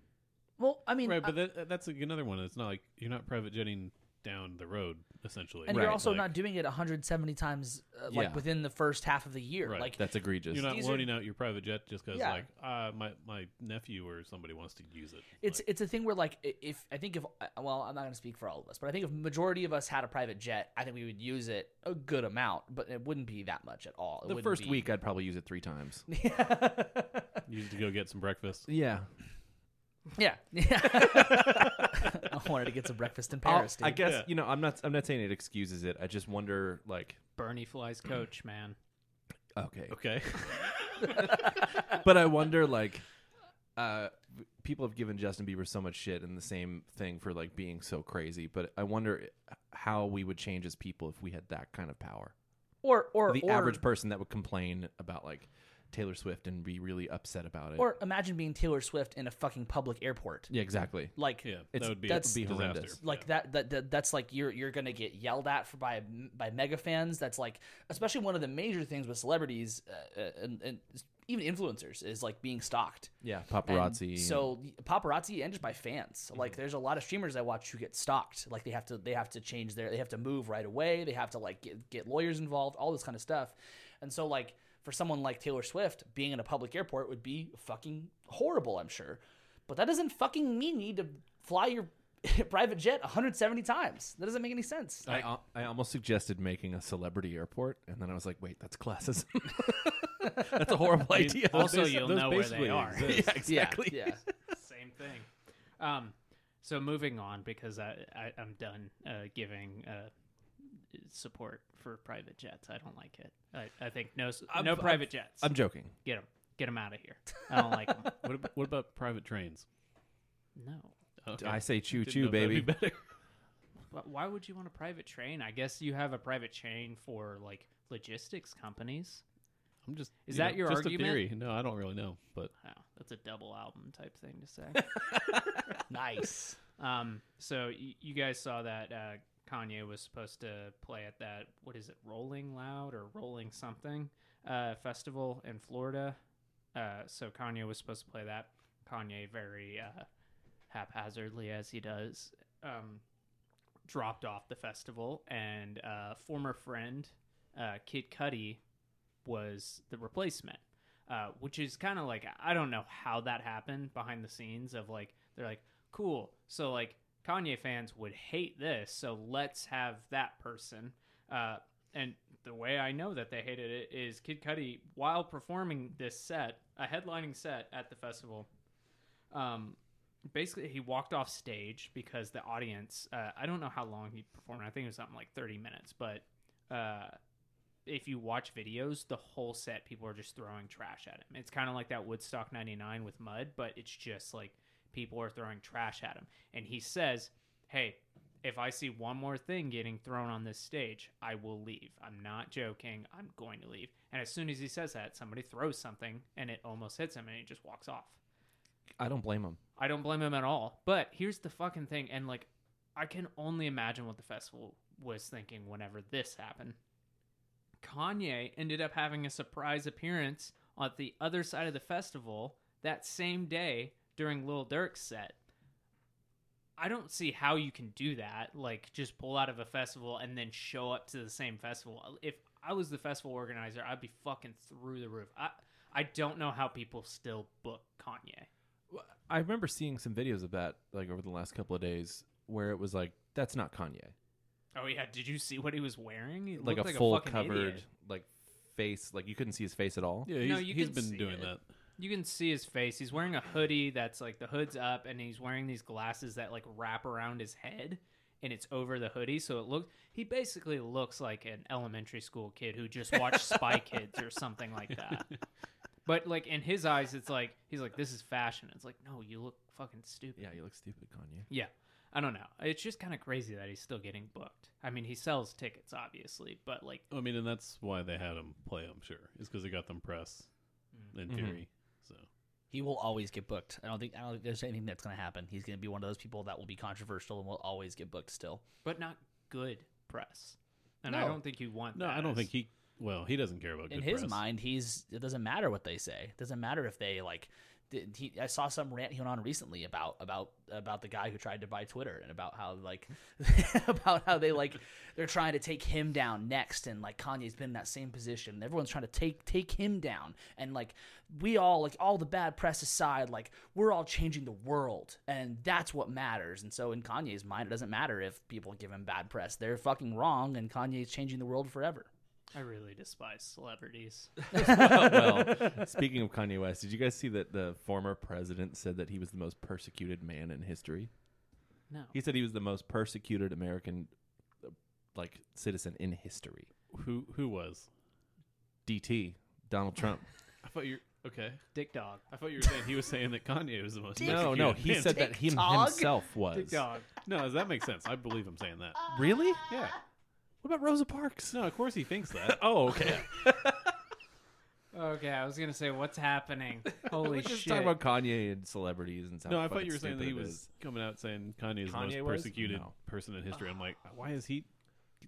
Speaker 1: well, I mean uh,
Speaker 2: right, but that, uh, that's like another one. It's not like you're not private jetting down the road essentially.
Speaker 1: and you're
Speaker 4: Right,
Speaker 1: also
Speaker 2: Like,
Speaker 1: not doing it 170 times uh, like
Speaker 4: Yeah.
Speaker 1: within the first half of the year
Speaker 2: Right.
Speaker 1: like
Speaker 4: That's egregious.
Speaker 2: You're not
Speaker 1: These are-
Speaker 2: loaning out your private jet just because,
Speaker 1: Yeah.
Speaker 2: like, uh, my my nephew or somebody wants to use it.
Speaker 1: it's it's a thing where like i- if i think if I- well i'm not going to speak for all of us but i think if majority of us had a private jet i think we would use it a good amount but it wouldn't be that much at all It
Speaker 4: the
Speaker 1: wouldn't
Speaker 4: first
Speaker 1: be-
Speaker 4: week, [LAUGHS] I'd probably use it three times.
Speaker 2: like, use it to go get some breakfast.
Speaker 4: Yeah,
Speaker 1: [LAUGHS] yeah [LAUGHS] i wanted to get some breakfast in paris
Speaker 4: Oh, I
Speaker 1: dude.
Speaker 4: guess
Speaker 2: Yeah.
Speaker 4: you know. I'm not. I'm not saying it excuses it. I just wonder, like,
Speaker 3: Bernie flies coach, man.
Speaker 4: okay,
Speaker 2: Okay, [LAUGHS]
Speaker 4: but I wonder, like, uh, people have given Justin Bieber so much shit and the same thing for like being so crazy. But I wonder how we would change as people if we had that kind of power.
Speaker 1: or or
Speaker 4: the
Speaker 1: or,
Speaker 4: average person that would complain about like Taylor Swift and be really upset about it.
Speaker 1: or imagine being taylor swift in a fucking public airport
Speaker 4: yeah, exactly.
Speaker 1: like
Speaker 2: yeah,
Speaker 4: It's-
Speaker 2: that would be
Speaker 1: that's-
Speaker 2: a
Speaker 4: Be
Speaker 2: disaster.
Speaker 4: horrendous.
Speaker 1: like that, that that that's like you're you're gonna get yelled at for by by mega fans that's like especially one of the major things with celebrities uh, uh, and, and even influencers is like being stalked
Speaker 4: Yeah,
Speaker 1: And Mm-hmm.
Speaker 4: paparazzi.
Speaker 1: so paparazzi and just by fans like there's a lot of streamers i watch who get stalked like they have to they have to change their they have to move right away they have to like get, get lawyers involved all this kind of stuff and so like for someone like taylor swift being in a public airport would be fucking horrible i'm sure but that doesn't fucking mean you need to fly your [LAUGHS] private jet 170 times that doesn't make any [LAUGHS] sense
Speaker 4: I, al- I almost suggested making a celebrity airport, and then I was like, wait, that's classism. that's a horrible
Speaker 2: I mean,
Speaker 4: idea.
Speaker 2: those
Speaker 3: Also,
Speaker 2: basi-
Speaker 3: you'll
Speaker 2: those
Speaker 3: know where they
Speaker 2: basically
Speaker 3: are.
Speaker 2: exist.
Speaker 4: exactly.
Speaker 1: yeah
Speaker 3: Same thing. Um, so moving on because I, I I'm done uh, giving uh, support for private jets. I don't like it. I, I think no s
Speaker 4: I'm-
Speaker 3: no
Speaker 4: I'm-
Speaker 3: private jets.
Speaker 4: I'm joking.
Speaker 3: Get them. Get them out of
Speaker 4: [LAUGHS]
Speaker 3: here. I don't like them.
Speaker 2: What, ab- what about private trains?
Speaker 3: No.
Speaker 2: Okay.
Speaker 4: I say choo
Speaker 2: Didn't know
Speaker 4: choo,
Speaker 2: if that'd be
Speaker 4: baby.
Speaker 2: better.
Speaker 3: But why would you want a private train? I guess you have a private train for like logistics companies.
Speaker 2: I'm just.
Speaker 3: Is
Speaker 2: you
Speaker 3: that
Speaker 2: know,
Speaker 3: your
Speaker 2: just
Speaker 3: argument?
Speaker 2: A theory. No, I don't really know, but
Speaker 3: Wow, that's a double album type thing to say.
Speaker 1: nice
Speaker 3: Um, so y- you guys saw that uh, Kanye was supposed to play at that what is it, Rolling Loud or Rolling something uh, festival in Florida. Uh, so Kanye was supposed to play that. Kanye very uh, haphazardly as he does um, dropped off the festival, and uh, former friend uh, Kid Cudi was the replacement. uh, which is kind of like I don't know how that happened behind the scenes. Of like they're like cool, so like Kanye fans would hate this, so let's have that person. Uh, and the way I know that they hated it is Kid Cudi, while performing this set, a headlining set at the festival, um, basically he walked off stage because the audience uh, i don't know how long he performed i think it was something like 30 minutes but uh, if you watch videos the whole set people are just throwing trash at him it's kind of like that woodstock 99 with mud but it's just like people are throwing trash at him and he says hey if i see one more thing getting thrown on this stage i will leave i'm not joking i'm going to leave and as soon as he says that somebody throws something and it almost hits him and he just walks off
Speaker 4: I don't blame him.
Speaker 3: I don't blame him at all. But here's the fucking thing, and like, I can only imagine what the festival was thinking whenever this happened. Kanye ended up having a surprise appearance on the other side of the festival that same day during Lil Durk's set. I don't see how you can do that. Like, just pull out of a festival and then show up to the same festival. If I was the festival organizer, I'd be fucking through the roof. I I don't know how people still book Kanye.
Speaker 4: I remember seeing some videos of that like over the last couple of days where it was like that's not Kanye.
Speaker 3: Oh yeah, did you see what he was wearing? He
Speaker 4: Like a
Speaker 3: looked like
Speaker 4: full
Speaker 3: fucking
Speaker 4: covered
Speaker 3: idiot.
Speaker 4: like face like you couldn't see his face at all.
Speaker 2: Yeah,
Speaker 3: No,
Speaker 2: he's,
Speaker 3: you
Speaker 2: he's
Speaker 3: can
Speaker 2: been
Speaker 3: see
Speaker 2: doing
Speaker 3: it.
Speaker 2: that.
Speaker 3: You can see his face. He's wearing a hoodie that's like the hood's up, and he's wearing these glasses that like wrap around his head, and it's over the hoodie, so it looks. He basically looks like an elementary school kid who just
Speaker 4: [LAUGHS]
Speaker 3: watched Spy Kids or something like that. But like in his eyes, it's like he's like, "This is fashion." It's like, no, you look fucking stupid.
Speaker 4: Yeah, you look stupid, Kanye.
Speaker 3: Yeah. I don't know. It's just kind of crazy that he's still getting booked. I mean, he sells tickets, obviously, but like
Speaker 2: I mean, and that's why they had him play. I'm sure is because they got them press in
Speaker 4: Mhm.
Speaker 2: theory. So
Speaker 1: [LAUGHS] He will always get booked. I don't think I don't think there's anything that's going to happen. He's going to be one of those people that will be controversial and will always get booked still.
Speaker 3: but not good press. And I
Speaker 1: No.
Speaker 3: don't think you want.
Speaker 2: no,
Speaker 3: that
Speaker 2: I don't
Speaker 3: as-
Speaker 2: think he. Well, he doesn't care about
Speaker 1: In
Speaker 2: good
Speaker 1: his
Speaker 2: press.
Speaker 1: mind, he's it doesn't matter what they say. It doesn't matter if they like. Did he, I saw some rant he went on recently about about about the guy who tried to buy Twitter and about how like [LAUGHS] about how they like they're trying to take him down next and like Kanye's been in that same position and everyone's trying to take take him down and like we all like all the bad press aside like we're all changing the world and that's what matters and so in Kanye's mind it doesn't matter if people give him bad press they're fucking wrong and Kanye's changing the world forever.
Speaker 3: I really despise [LAUGHS] celebrities.
Speaker 4: Oh, well, speaking of Kanye West, did you guys see that the former president said that he was the most persecuted man in history?
Speaker 3: No.
Speaker 4: He said he was the most persecuted American uh, like citizen in history.
Speaker 2: Who who was?
Speaker 4: DT, Donald Trump.
Speaker 2: I thought you. Okay,
Speaker 3: Dick dog.
Speaker 2: I [LAUGHS] thought you were saying he was saying that Kanye was the most.
Speaker 4: no, no, he
Speaker 2: persecuted
Speaker 4: said
Speaker 2: man.
Speaker 4: that him
Speaker 1: TikTok?
Speaker 4: himself was.
Speaker 3: Dick dog.
Speaker 2: [LAUGHS] No, that makes sense. I believe him saying that.
Speaker 1: Uh.
Speaker 4: Really?
Speaker 2: Yeah.
Speaker 4: What about Rosa Parks?
Speaker 2: No, of course he
Speaker 1: [LAUGHS]
Speaker 2: thinks that.
Speaker 4: [LAUGHS] Oh, okay.
Speaker 3: Okay, I was gonna say what's
Speaker 2: [LAUGHS]
Speaker 3: happening. Holy
Speaker 4: We're just
Speaker 3: shit.
Speaker 4: talking about Kanye and celebrities and stuff.
Speaker 2: no, I thought you were saying that he was coming out saying Kanye is the
Speaker 4: Kanye
Speaker 2: most
Speaker 4: was?
Speaker 2: persecuted
Speaker 4: No.
Speaker 2: person in history. I'm like, why is he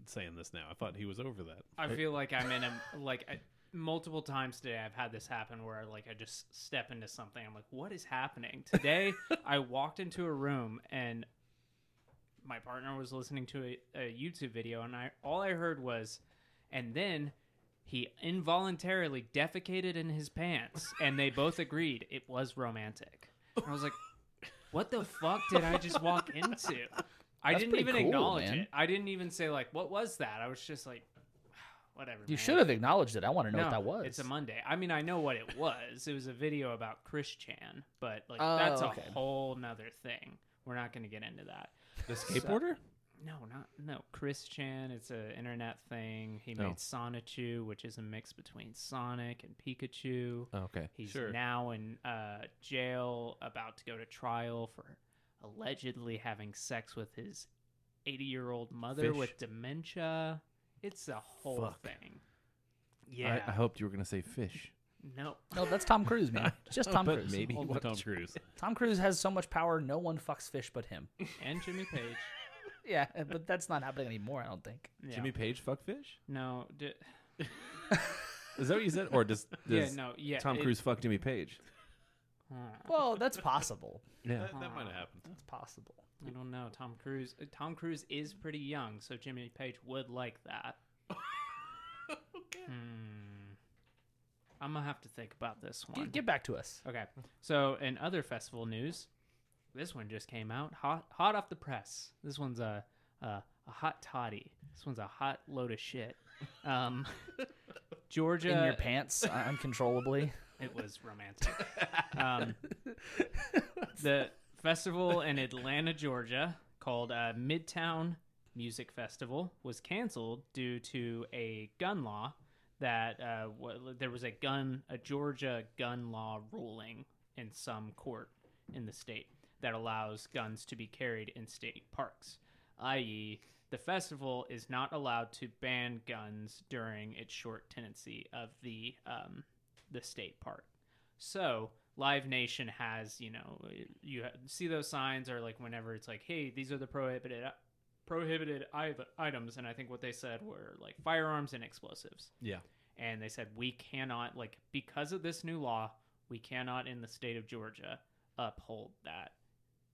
Speaker 2: saying this now? I thought he was over that.
Speaker 3: I feel like I'm in a like I, multiple times today. I've had this happen where like I just step into something. I'm like, what is happening
Speaker 1: [LAUGHS]
Speaker 3: today? I walked into a room and my partner was listening to a, a YouTube video, and I all I heard was, and then he involuntarily defecated in his pants, and they both agreed it was romantic. And I was like, what the fuck did I just walk
Speaker 1: [LAUGHS]
Speaker 3: into? I
Speaker 1: That's
Speaker 3: didn't
Speaker 1: pretty
Speaker 3: even
Speaker 1: cool,
Speaker 3: acknowledge
Speaker 1: man.
Speaker 3: it. I didn't even say like, what was that? I was just like, [SIGHS] whatever.
Speaker 1: You
Speaker 3: man.
Speaker 1: should have acknowledged it. I want to know
Speaker 3: No,
Speaker 1: what that was.
Speaker 3: It's a Monday. I mean, I know what it was. It was a video about Chris Chan, but like
Speaker 1: Oh,
Speaker 3: that's a
Speaker 1: okay.
Speaker 3: whole nother thing. We're not going to get into that.
Speaker 4: the skateboarder.
Speaker 3: No, not no. Chris Chan. It's an internet thing. He
Speaker 4: Oh.
Speaker 3: made Sonichu, which is a mix between Sonic and Pikachu.
Speaker 4: Oh, okay.
Speaker 3: He's
Speaker 2: Sure.
Speaker 3: now in uh, jail, about to go to trial for allegedly having sex with his 80 year old mother
Speaker 4: Fish.
Speaker 3: with dementia. It's a whole
Speaker 4: Fuck.
Speaker 3: thing.
Speaker 4: I,
Speaker 3: Yeah.
Speaker 4: I hoped you were going to say fish.
Speaker 3: no.
Speaker 1: no, that's Tom Cruise, man. Just Tom
Speaker 4: but
Speaker 1: Cruise.
Speaker 4: maybe
Speaker 2: Old
Speaker 4: he
Speaker 2: Tom
Speaker 4: was-
Speaker 2: Cruise.
Speaker 1: Tom Cruise has so much power, no one fucks fish but him.
Speaker 3: And Jimmy Page.
Speaker 1: yeah, but that's not happening anymore, I don't think.
Speaker 3: Yeah.
Speaker 4: Jimmy Page fuck fish.
Speaker 3: No. D-
Speaker 4: Is that what you said, or does,
Speaker 3: yeah,
Speaker 4: does
Speaker 3: no. Yeah.
Speaker 4: Tom
Speaker 3: it-
Speaker 4: Cruise fuck Jimmy Page?
Speaker 3: Huh.
Speaker 1: Well, that's possible.
Speaker 4: Yeah.
Speaker 2: That, that might have happened.
Speaker 1: That's possible.
Speaker 3: I don't know. Tom Cruise. uh, Tom Cruise is pretty young, so Jimmy Page would like that. Hmm. I'm gonna have to think about this one.
Speaker 1: Get, get back to us.
Speaker 3: Okay. So in other festival news, this one just came out hot, hot off the press. This one's a, a a hot toddy. This one's a hot load of shit. Um, Georgia.
Speaker 1: In your pants uh, uncontrollably.
Speaker 3: It was romantic. um, the festival in Atlanta, Georgia, called uh, Midtown Music Festival, was canceled due to a gun law that uh, wa- there was a gun, a Georgia gun law ruling in some court in the state that allows guns to be carried in state parks, i.e., the festival is not allowed to ban guns during its short tenancy of the um, the state park. So Live Nation has, you know, you ha- see those signs are like whenever it's like, hey, these are the prohibited uh, prohibited i- items, and I think what they said were like firearms and explosives.
Speaker 4: Yeah.
Speaker 3: And they said we cannot like because of this new law, we cannot in the state of Georgia uphold that.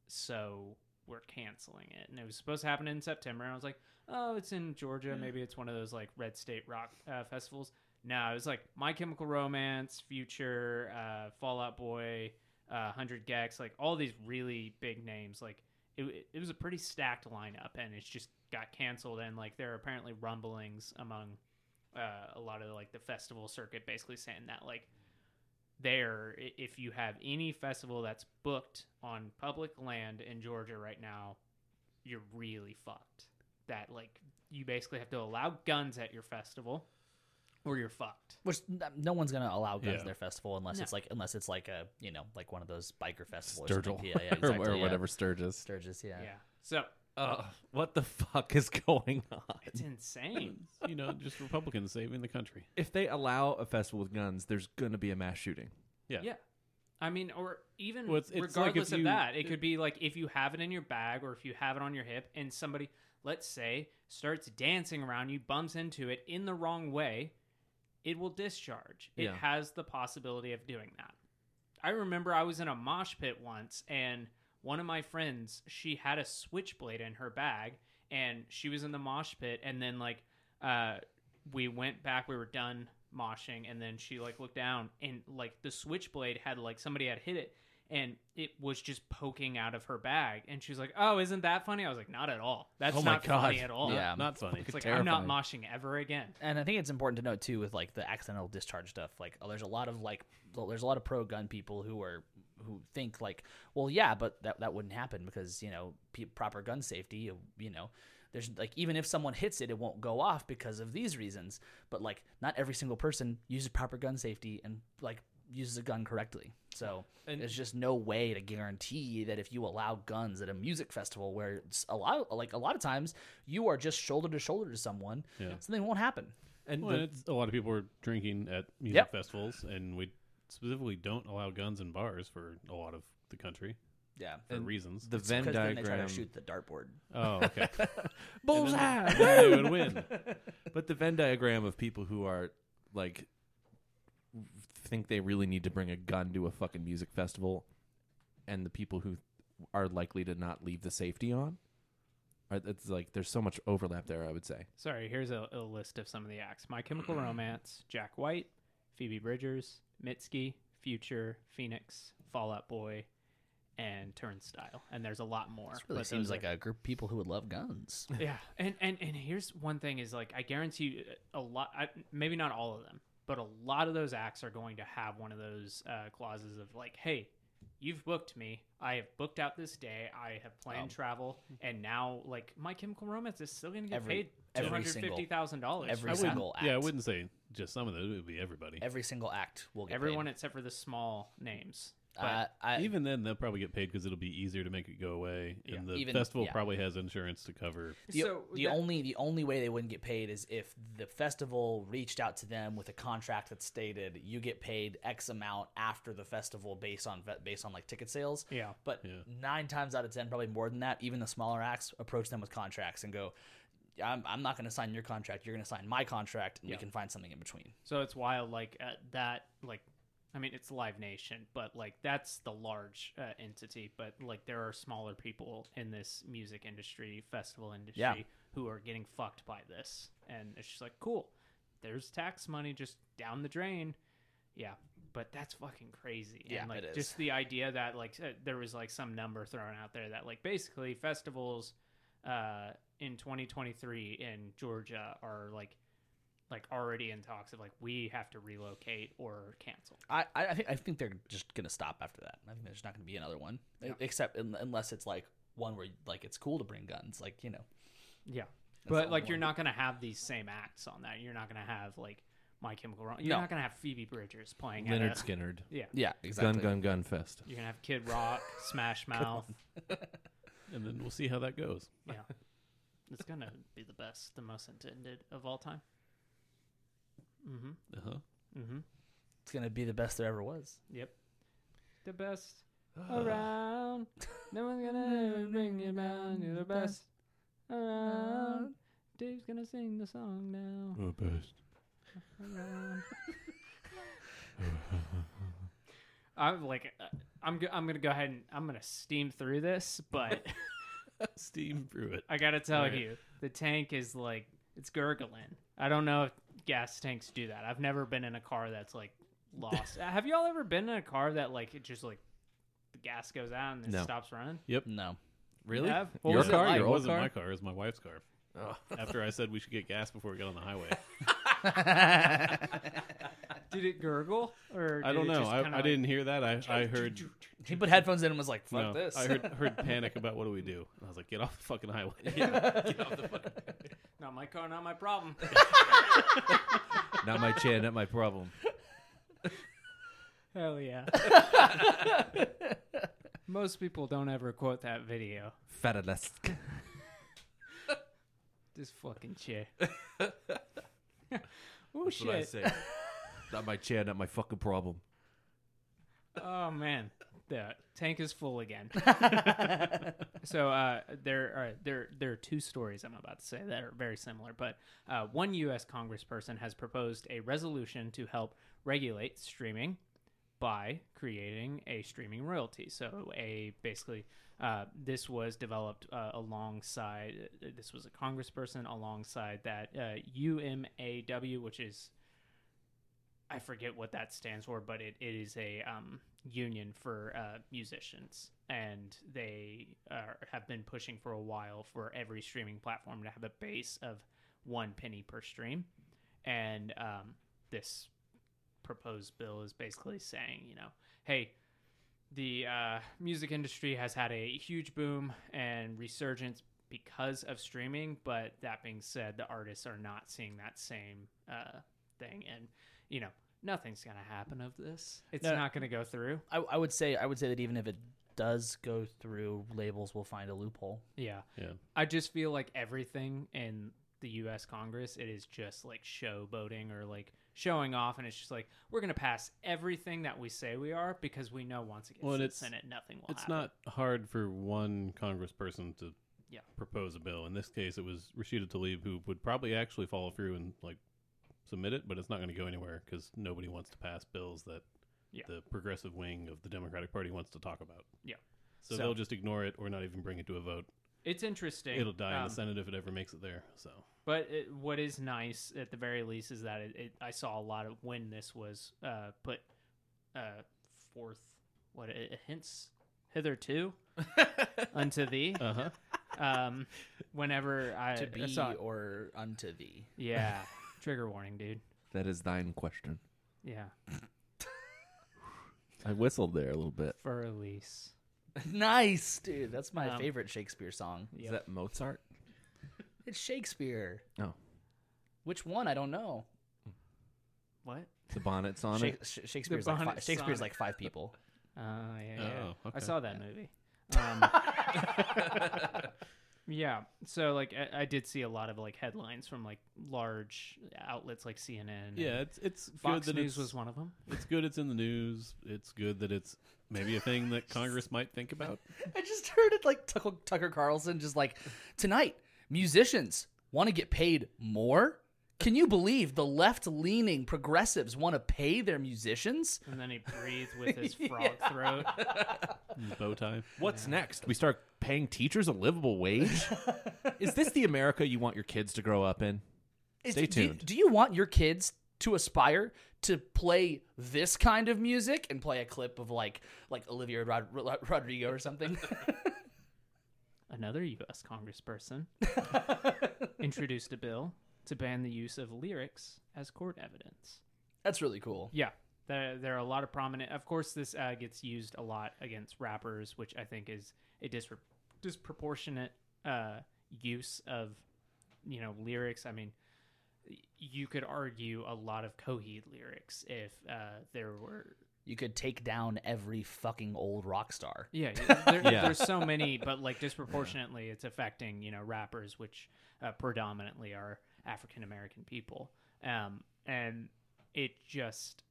Speaker 3: So we're canceling it. And it was supposed to happen in September. And I was like, oh, it's in Georgia. Maybe it's one of those like red state rock uh, festivals. No, it was like My Chemical Romance, Future, uh, Fallout Boy, uh, 100 Gex, like all these really big names. Like it, it was a pretty stacked lineup and it's just got canceled. And like there are apparently rumblings among uh, a lot of like the festival circuit basically saying that like there i- if you have any festival that's booked on public land in Georgia right now, you're really fucked. That like you basically have to allow guns at your festival or you're fucked.
Speaker 1: Which n- no one's gonna allow guns
Speaker 2: Yeah.
Speaker 1: at their festival unless
Speaker 3: No.
Speaker 1: it's like unless it's like a you know like one of those biker festivals. or
Speaker 4: Sturgill
Speaker 1: something. Yeah, yeah, exactly,
Speaker 4: [LAUGHS] or,
Speaker 1: yeah.
Speaker 4: whatever Sturgis.
Speaker 1: Sturgis. Yeah.
Speaker 3: Yeah. So
Speaker 4: Ugh, uh, what the fuck is going on?
Speaker 3: it's
Speaker 2: [LAUGHS]
Speaker 3: insane.
Speaker 2: you know, just Republicans saving the country.
Speaker 4: If they allow a festival with guns, there's gonna be a mass shooting.
Speaker 2: Yeah.
Speaker 3: Yeah. I mean, or even
Speaker 2: Well, it's- it's like if
Speaker 3: regardless
Speaker 2: you-
Speaker 3: of that, it could be like if you have it in your bag or if you have it on your hip and somebody, let's say, starts dancing around you, bumps into it in the wrong way, it will discharge. It
Speaker 4: Yeah.
Speaker 3: has the possibility of doing that. I remember I was in a mosh pit once and one of my friends, she had a switchblade in her bag and she was in the mosh pit and then like uh we went back we were done moshing and then she like looked down and like the switchblade had like somebody had hit it and it was just poking out of her bag and she was like oh isn't that funny i was like not at all that's
Speaker 2: Oh my
Speaker 3: not funny
Speaker 2: God.
Speaker 3: at all
Speaker 1: Yeah.
Speaker 2: Not funny.
Speaker 3: it's like i'm
Speaker 4: terrifying.
Speaker 3: not moshing ever again
Speaker 1: And I think it's important to note too with like the accidental discharge stuff. Like oh, there's a lot of like well, there's a lot of pro gun people who are who think like well yeah, but that that wouldn't happen because you know pe- proper gun safety. You, you know there's like even if someone hits it, it won't go off because of these reasons. But like not every single person uses proper gun safety and like uses a gun correctly. So
Speaker 4: And-
Speaker 1: there's just no way to guarantee that if you allow guns at a music festival where it's a lot like a lot of times you are just shoulder to shoulder to someone,
Speaker 2: Yeah.
Speaker 1: something won't happen.
Speaker 4: And
Speaker 2: Well,
Speaker 4: the-
Speaker 2: it's, a lot of people were drinking at music
Speaker 1: Yep.
Speaker 2: festivals, and we specifically don't allow guns in bars for a lot of the country
Speaker 1: Yeah.
Speaker 2: for reasons.
Speaker 4: the Venn
Speaker 1: because then they try
Speaker 4: diagram.
Speaker 1: to shoot the dartboard.
Speaker 2: oh, okay.
Speaker 4: Bullseye! [LAUGHS]
Speaker 2: Then they would win.
Speaker 4: But the Venn diagram of people who are like think they really need to bring a gun to a fucking music festival, and the people who are likely to not leave the safety on, are, it's like there's so much overlap there. I would say.
Speaker 3: sorry here's a, a list of some of the acts
Speaker 1: [CLEARS THROAT]
Speaker 3: my chemical romance jack white phoebe bridgers mitski future phoenix fallout boy and turnstile and there's a lot more
Speaker 1: This really
Speaker 3: but
Speaker 1: seems
Speaker 3: those
Speaker 1: like a group of people who would love guns.
Speaker 3: yeah and, and and here's one thing is like i guarantee you uh, a lot I, maybe not all of them but a lot of those acts are going to have one of those uh, clauses of like hey you've booked me i have booked out this day i have planned
Speaker 1: Oh.
Speaker 3: travel and now like my chemical romance is still going to get
Speaker 1: Every-
Speaker 3: paid
Speaker 1: every single-
Speaker 3: $250000
Speaker 1: Every
Speaker 2: I wouldn't,
Speaker 1: single act.
Speaker 2: yeah, I wouldn't say just some of those. It would be everybody.
Speaker 1: Every single act will get
Speaker 3: everyone
Speaker 1: Paid.
Speaker 3: except for the small names but
Speaker 1: Uh, I,
Speaker 2: even then, they'll probably get paid because it'll be easier to make it go away,
Speaker 3: Yeah.
Speaker 2: and the
Speaker 1: Even-
Speaker 2: festival
Speaker 1: yeah.
Speaker 2: probably has insurance to cover.
Speaker 1: the,
Speaker 3: so
Speaker 1: the
Speaker 3: that-
Speaker 1: only the only way they wouldn't get paid is if the festival reached out to them with a contract that stated you get paid X amount after the festival based on based on like ticket sales.
Speaker 3: yeah
Speaker 1: But
Speaker 2: Yeah.
Speaker 1: nine times out of ten, probably more than that, even the smaller acts approach them with contracts and go, "I'm, I'm not going to sign your contract. You're going to sign my contract, and
Speaker 3: Yeah.
Speaker 1: we can find something in between."
Speaker 3: So it's wild, like uh, that, like I mean, it's Live Nation, but like that's the large uh, entity. But like there are smaller people in this music industry, festival industry,
Speaker 1: Yeah.
Speaker 3: who are getting fucked by this, and it's just like cool. There's tax money just down the drain. Yeah, but that's fucking crazy.
Speaker 1: Yeah,
Speaker 3: and like
Speaker 1: it is.
Speaker 3: just the idea that like uh, there was like some number thrown out there that like basically festivals uh in 2023 in Georgia are like like already in talks of like we have to relocate or cancel.
Speaker 1: I, I I think I think they're just gonna stop after that. I think there's not gonna be another one, E, except un unless it's like one where like it's cool to bring guns, like you know.
Speaker 3: Yeah.
Speaker 1: the
Speaker 3: but
Speaker 1: only
Speaker 3: like you're
Speaker 1: one.
Speaker 3: not going to have these same acts on that. You're not going to have like My Chemical Romance. You're
Speaker 1: No.
Speaker 3: not going to have Phoebe Bridgers playing
Speaker 4: Leonard
Speaker 3: at a,
Speaker 4: Skinnerd.
Speaker 3: Yeah.
Speaker 1: Yeah, exactly.
Speaker 4: Gun, gun, gun fest.
Speaker 3: You're going to have [LAUGHS] Kid Rock, Smash Mouth.
Speaker 2: and then we'll see how that goes.
Speaker 3: Yeah. [LAUGHS] It's going to be the best, the most intended of all time. Mhm.
Speaker 2: Uh huh.
Speaker 3: Mhm.
Speaker 1: It's gonna be the best there ever was.
Speaker 3: Yep. The [SIGHS] best around. [LAUGHS] No one's gonna ever bring you down. You're the best around. Dave's gonna sing the song [LAUGHS] now.
Speaker 2: Oh, best.
Speaker 3: [LAUGHS] Around. I'm like, uh, I'm go- I'm gonna go ahead and I'm gonna steam through this, but
Speaker 2: [LAUGHS] Steam Brewitt.
Speaker 3: I gotta tell
Speaker 2: Alright.
Speaker 3: you, the tank is like it's gurgling. I don't know if gas tanks do that. I've never been in a car that's like [LAUGHS] lost. Have y'all ever been in a car that like it just like the gas goes out and it
Speaker 4: No.
Speaker 3: stopped stops running?
Speaker 1: No,
Speaker 4: Really?
Speaker 3: Yeah. What
Speaker 4: Your
Speaker 3: was it
Speaker 4: car?
Speaker 3: like?
Speaker 2: it
Speaker 4: Your old
Speaker 2: wasn't
Speaker 4: car?
Speaker 2: my car. It was my wife's car.
Speaker 3: Oh. [LAUGHS]
Speaker 2: After I said we should get gas before we got on the highway.
Speaker 3: Did it gurgle or
Speaker 2: I
Speaker 3: did
Speaker 2: don't
Speaker 3: it
Speaker 2: know.
Speaker 3: just
Speaker 2: I,
Speaker 3: kinda,
Speaker 2: I
Speaker 3: like-
Speaker 2: didn't hear that. I, I heard.
Speaker 1: he put headphones in and was like, "Fuck
Speaker 2: no,
Speaker 1: this."
Speaker 3: [LAUGHS]
Speaker 2: I heard, heard panic about what do we do. And I was like, get off the fucking highway.
Speaker 3: Not my car, not my [LAUGHS] problem.
Speaker 4: not my chin, not
Speaker 3: [LAUGHS]
Speaker 4: my problem.
Speaker 3: Hell [LAUGHS] yeah. Most people don't ever quote that video. Oh,
Speaker 4: Fatalistic.
Speaker 3: This fucking
Speaker 4: [LAUGHS]
Speaker 3: chair. oh
Speaker 4: That's what I
Speaker 3: shit.
Speaker 4: say. not my chair, not my fucking problem.
Speaker 3: Oh man, the tank is full again. so uh, there are there there are two stories I'm about to say that are very similar. But uh, one U.S. Congressperson has proposed a resolution to help regulate streaming by creating a streaming royalty. So a basically uh, this was developed uh, alongside uh, this was a Congressperson alongside that uh, UMAW, which is I forget what that stands for, but it, it is a um, union for uh, musicians, and they are, have been pushing for a while for every streaming platform to have a base of one penny per stream, and um, this proposed bill is basically saying, you know, hey, the uh, music industry has had a huge boom and resurgence because of streaming. But that being said, the artists are not seeing that same uh, thing, and you know nothing's gonna happen of this. It's
Speaker 1: No.
Speaker 3: not gonna go through.
Speaker 1: [LAUGHS] I, I would say I would say that even if it does go through, labels will find a loophole.
Speaker 3: Yeah,
Speaker 2: Yeah.
Speaker 3: I just feel like everything in the U.S. Congress it is just like showboating or like showing off, and it's just like we're gonna pass everything that we say we are because we know once it gets
Speaker 2: Well,
Speaker 3: to
Speaker 2: and
Speaker 3: the
Speaker 2: it's-
Speaker 3: Senate, nothing will.
Speaker 2: [LAUGHS] It's
Speaker 3: happen.
Speaker 2: not hard for one congressperson to
Speaker 3: Yeah.
Speaker 2: propose a bill. In this case, it was Rashida Tlaib who would probably actually follow through and like submit it, but it's not going to go anywhere because nobody wants to pass bills that
Speaker 3: Yeah.
Speaker 2: the progressive wing of the Democratic Party wants to talk about.
Speaker 3: Yeah.
Speaker 2: So,
Speaker 3: So-
Speaker 2: they'll just ignore it or not even bring it to a vote.
Speaker 3: It's interesting.
Speaker 2: It'll die in
Speaker 3: Um,
Speaker 2: the Senate if it ever makes it there. So
Speaker 3: But it, what is nice at the very least is that it, it, I saw a lot of when this was uh, put uh, forth. What it, it hints
Speaker 2: [LAUGHS]
Speaker 3: hitherto unto thee.
Speaker 2: uh huh.
Speaker 3: Um, whenever I,
Speaker 1: To
Speaker 3: I
Speaker 1: be
Speaker 3: saw,
Speaker 1: or unto thee.
Speaker 3: yeah, trigger warning, dude.
Speaker 4: That is thine question.
Speaker 3: Yeah,
Speaker 4: I whistled there a little bit.
Speaker 3: for release.
Speaker 1: [LAUGHS] nice, dude. That's my
Speaker 3: Um,
Speaker 1: favorite Shakespeare song.
Speaker 3: Yep.
Speaker 4: Is that Mozart?
Speaker 1: It's Shakespeare.
Speaker 4: No.
Speaker 1: Which one? I don't know.
Speaker 3: What?
Speaker 4: The bonnets on
Speaker 1: Sha-
Speaker 4: it.
Speaker 1: Sh- Shakespeare's
Speaker 3: The
Speaker 1: like
Speaker 3: Bonnet
Speaker 1: five, Shakespeare's
Speaker 3: Sonnet.
Speaker 1: like five people.
Speaker 3: Oh yeah, yeah.
Speaker 2: Oh,
Speaker 3: I
Speaker 2: okay.
Speaker 3: saw that [LAUGHS] movie. Um, yeah, so like I, I did see a lot of like headlines from like large outlets like CNN. and
Speaker 2: Yeah, it's it's
Speaker 3: Fox
Speaker 2: good that
Speaker 3: News
Speaker 2: it's,
Speaker 3: was one of them.
Speaker 2: It's good it's in the news. It's good that it's maybe a
Speaker 3: [LAUGHS]
Speaker 2: thing that Congress might think about.
Speaker 1: I just heard it like Tucker, Tucker Carlson just like tonight musicians want to get paid more. Can you believe the left-leaning progressives want to pay their musicians?
Speaker 3: And
Speaker 2: [LAUGHS]
Speaker 3: then he breathed with his frog throat.
Speaker 2: Bow tie.
Speaker 4: What's next? We start paying teachers a livable [LAUGHS] wage? is this the America you want your kids to grow up in?
Speaker 1: Is-
Speaker 4: Stay
Speaker 1: do you-
Speaker 4: tuned.
Speaker 1: Do, you want your kids to aspire to play this kind of music and play a clip of like like Olivia Rod- Rod- Rodrigo or something. [LAUGHS]
Speaker 3: Another U.S. congressperson
Speaker 2: [LAUGHS]
Speaker 3: introduced a bill to ban the use of lyrics as court evidence.
Speaker 1: That's really cool.
Speaker 3: Yeah, there, there are a lot of prominent. Of course, this uh, gets used a lot against rappers, which I think is a disre- disproportionate uh, use of, you know, lyrics. I mean, y- you could argue a lot of Coheed lyrics if uh, there were.
Speaker 1: You could take down every fucking old rock star.
Speaker 3: Yeah, y- there,
Speaker 4: Yeah.
Speaker 3: there's so many, but like disproportionately, it's affecting you know rappers, which uh, predominantly are African American people, um, and it just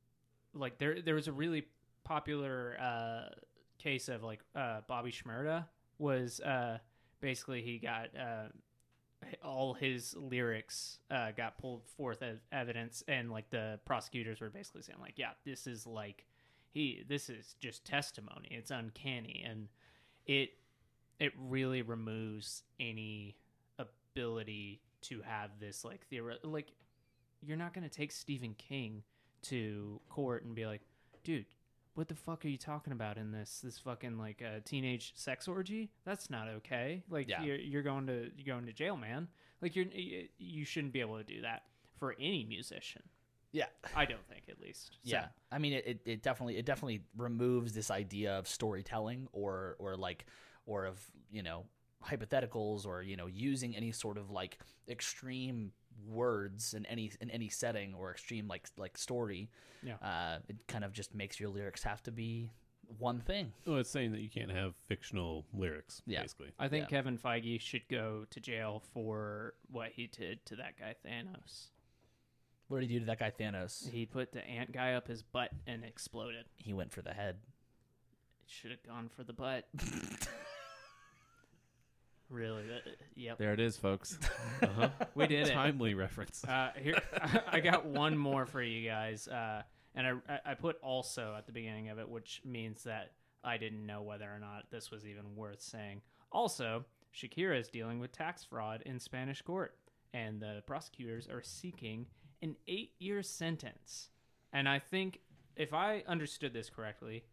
Speaker 3: like there there was a really popular uh, case of like uh, Bobby Shmurda was uh, basically he got uh, h- all his lyrics uh, got pulled forth as evidence, and like the prosecutors were basically saying like, yeah, this is like he this is just testimony. It's uncanny, and it it really removes any ability to have this like theory like you're not going to take Stephen King to court and be like, dude, what the fuck are you talking about in this this fucking like uh, teenage sex orgy? That's not okay. Like
Speaker 1: Yeah.
Speaker 3: you're you're going to you're going to jail, man. Like you're y- you shouldn't be able to do that for any musician.
Speaker 1: Yeah.
Speaker 3: I don't think at least. So,
Speaker 1: Yeah, I mean, it, it, it definitely it definitely removes this idea of storytelling or or like or of you know hypotheticals or you know using any sort of like extreme words in any in any setting or extreme like like story.
Speaker 3: Yeah.
Speaker 1: uh, it kind of just makes your lyrics have to be one thing.
Speaker 2: Well, it's saying that you can't have fictional lyrics,
Speaker 1: Yeah.
Speaker 2: basically.
Speaker 3: I think
Speaker 1: Yeah.
Speaker 3: Kevin Feige should go to jail for what he did to that guy Thanos.
Speaker 1: What did he do to that guy Thanos?
Speaker 3: He put the ant guy up his butt and exploded.
Speaker 1: He went for the head.
Speaker 3: It should have gone for the butt. really? that- yep.
Speaker 4: There it is, [LAUGHS] folks.
Speaker 2: Uh-huh.
Speaker 3: We did it.
Speaker 2: Timely reference.
Speaker 3: Uh, here, [LAUGHS] I got one more for you guys, uh, and I, I put also at the beginning of it, which means that I didn't know whether or not this was even worth saying. Also, Shakira is dealing with tax fraud in Spanish court, and the prosecutors are seeking an eight-year sentence. And I think, if I understood this correctly,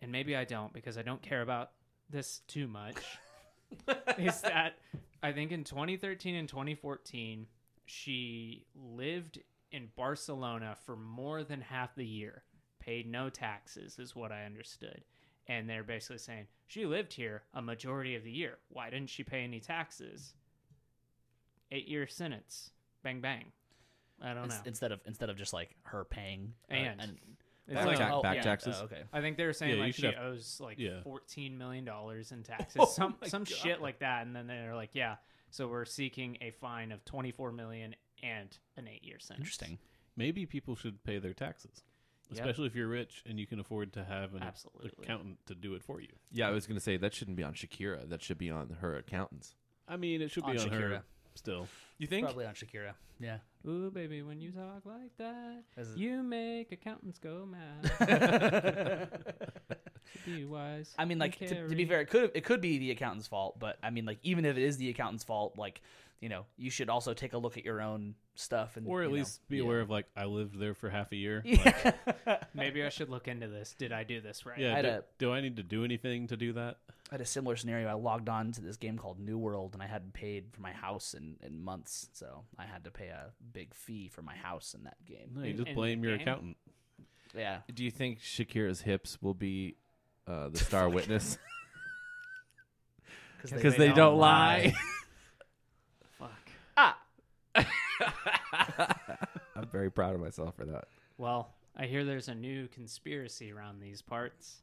Speaker 3: and maybe I don't because I don't care about this too much, is that I think in 2013 and 2014, she lived in Barcelona for more than half the year, paid no taxes, is what I understood. And they're basically saying she lived here a majority of the year. Why didn't she pay any taxes? Eight year sentence. Bang, bang. I don't know.
Speaker 1: Ins- Instead of instead of just like her paying uh,
Speaker 3: And. It's
Speaker 4: Back
Speaker 3: like-
Speaker 4: tax-
Speaker 1: oh,
Speaker 4: back
Speaker 1: yeah.
Speaker 4: taxes.
Speaker 1: Oh, okay.
Speaker 3: I think they were saying
Speaker 2: Yeah, you
Speaker 3: like
Speaker 2: should
Speaker 3: she
Speaker 2: have-
Speaker 3: owes like
Speaker 2: yeah. Oh
Speaker 3: fourteen million dollars
Speaker 2: [LAUGHS]
Speaker 3: in taxes, some some shit like that, and then they're like, yeah, so we're seeking a fine of twenty four million and an eight year sentence.
Speaker 1: Interesting.
Speaker 2: Maybe people should pay their taxes,
Speaker 3: Yep.
Speaker 2: especially if you're rich and you can afford to have an
Speaker 3: Absolutely.
Speaker 2: accountant to do it for you.
Speaker 4: Yeah, I was gonna say that shouldn't be on Shakira. That should be on her accountants.
Speaker 2: I mean, it should be
Speaker 1: On
Speaker 2: on
Speaker 1: Shakira.
Speaker 2: her still.
Speaker 4: You think?
Speaker 1: Probably on Shakira. Yeah.
Speaker 3: Ooh, baby, when you talk like that,
Speaker 1: This is-
Speaker 3: you make accountants go mad.
Speaker 2: [LAUGHS]
Speaker 3: Be wise.
Speaker 1: I mean,
Speaker 3: and
Speaker 1: like to, to
Speaker 3: carry-
Speaker 1: be fair, it could it could be the accountant's fault, but I mean, like even if it is the accountant's fault, like you know, you should also take a look at your own stuff and
Speaker 2: Or at
Speaker 1: you know,
Speaker 2: least be aware of, like, I lived there for half
Speaker 3: [LAUGHS]
Speaker 2: a year. Like,
Speaker 1: Yeah.
Speaker 3: maybe I should look into this. Did I do this right?
Speaker 2: yeah
Speaker 1: had
Speaker 2: do,
Speaker 1: a-
Speaker 2: do I need to do anything to do that?
Speaker 1: I had a similar scenario. I logged on to this game called New World, and I hadn't paid for my house in, in months, so I had to pay a big fee for my house in that game.
Speaker 2: No, you
Speaker 3: In-
Speaker 2: just
Speaker 3: in
Speaker 2: blame your
Speaker 3: game?
Speaker 2: accountant.
Speaker 1: Yeah,
Speaker 4: Do you think Shakira's hips will be uh, [LAUGHS] the star witness? Because they, don't lie. [LAUGHS]
Speaker 3: Fuck.
Speaker 4: I'm very proud of myself for that.
Speaker 3: Well, I hear there's a new conspiracy around these parts,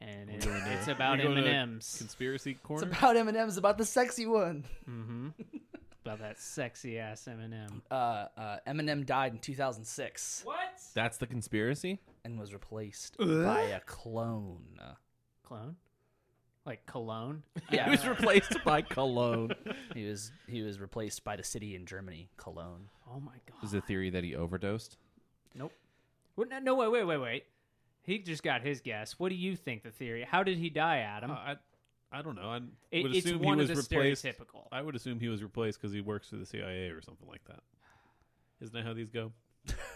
Speaker 3: and it, it's about
Speaker 2: We're
Speaker 3: M
Speaker 2: going
Speaker 3: and
Speaker 2: to
Speaker 3: M's.
Speaker 1: [LAUGHS]
Speaker 2: Conspiracy
Speaker 1: It's
Speaker 2: corner?
Speaker 1: about M and M's, about the sexy one.
Speaker 3: Mm-hmm. About that sexy ass Eminem.
Speaker 1: Uh, uh, Eminem died in 2006
Speaker 3: What?
Speaker 4: That's the conspiracy.
Speaker 1: and was replaced by a clone.
Speaker 3: Clone? Like cologne?
Speaker 1: Yeah,
Speaker 4: He was replaced by cologne.
Speaker 1: [LAUGHS] He was he was replaced by the city in Germany, Cologne.
Speaker 3: Oh my god.
Speaker 4: Is the theory that he overdosed?
Speaker 3: Nope. What, no, no, wait, wait, wait, wait. He just got his guess. What do you think the theory? How did he die, Adam?
Speaker 2: Uh, I, I don't know. I would
Speaker 3: It- it's
Speaker 2: assume
Speaker 3: one
Speaker 2: he
Speaker 3: of
Speaker 2: was
Speaker 3: the
Speaker 2: replaced.
Speaker 3: stereotypical.
Speaker 2: I would assume he was replaced because he works for the CIA or something like that. Isn't that how these go?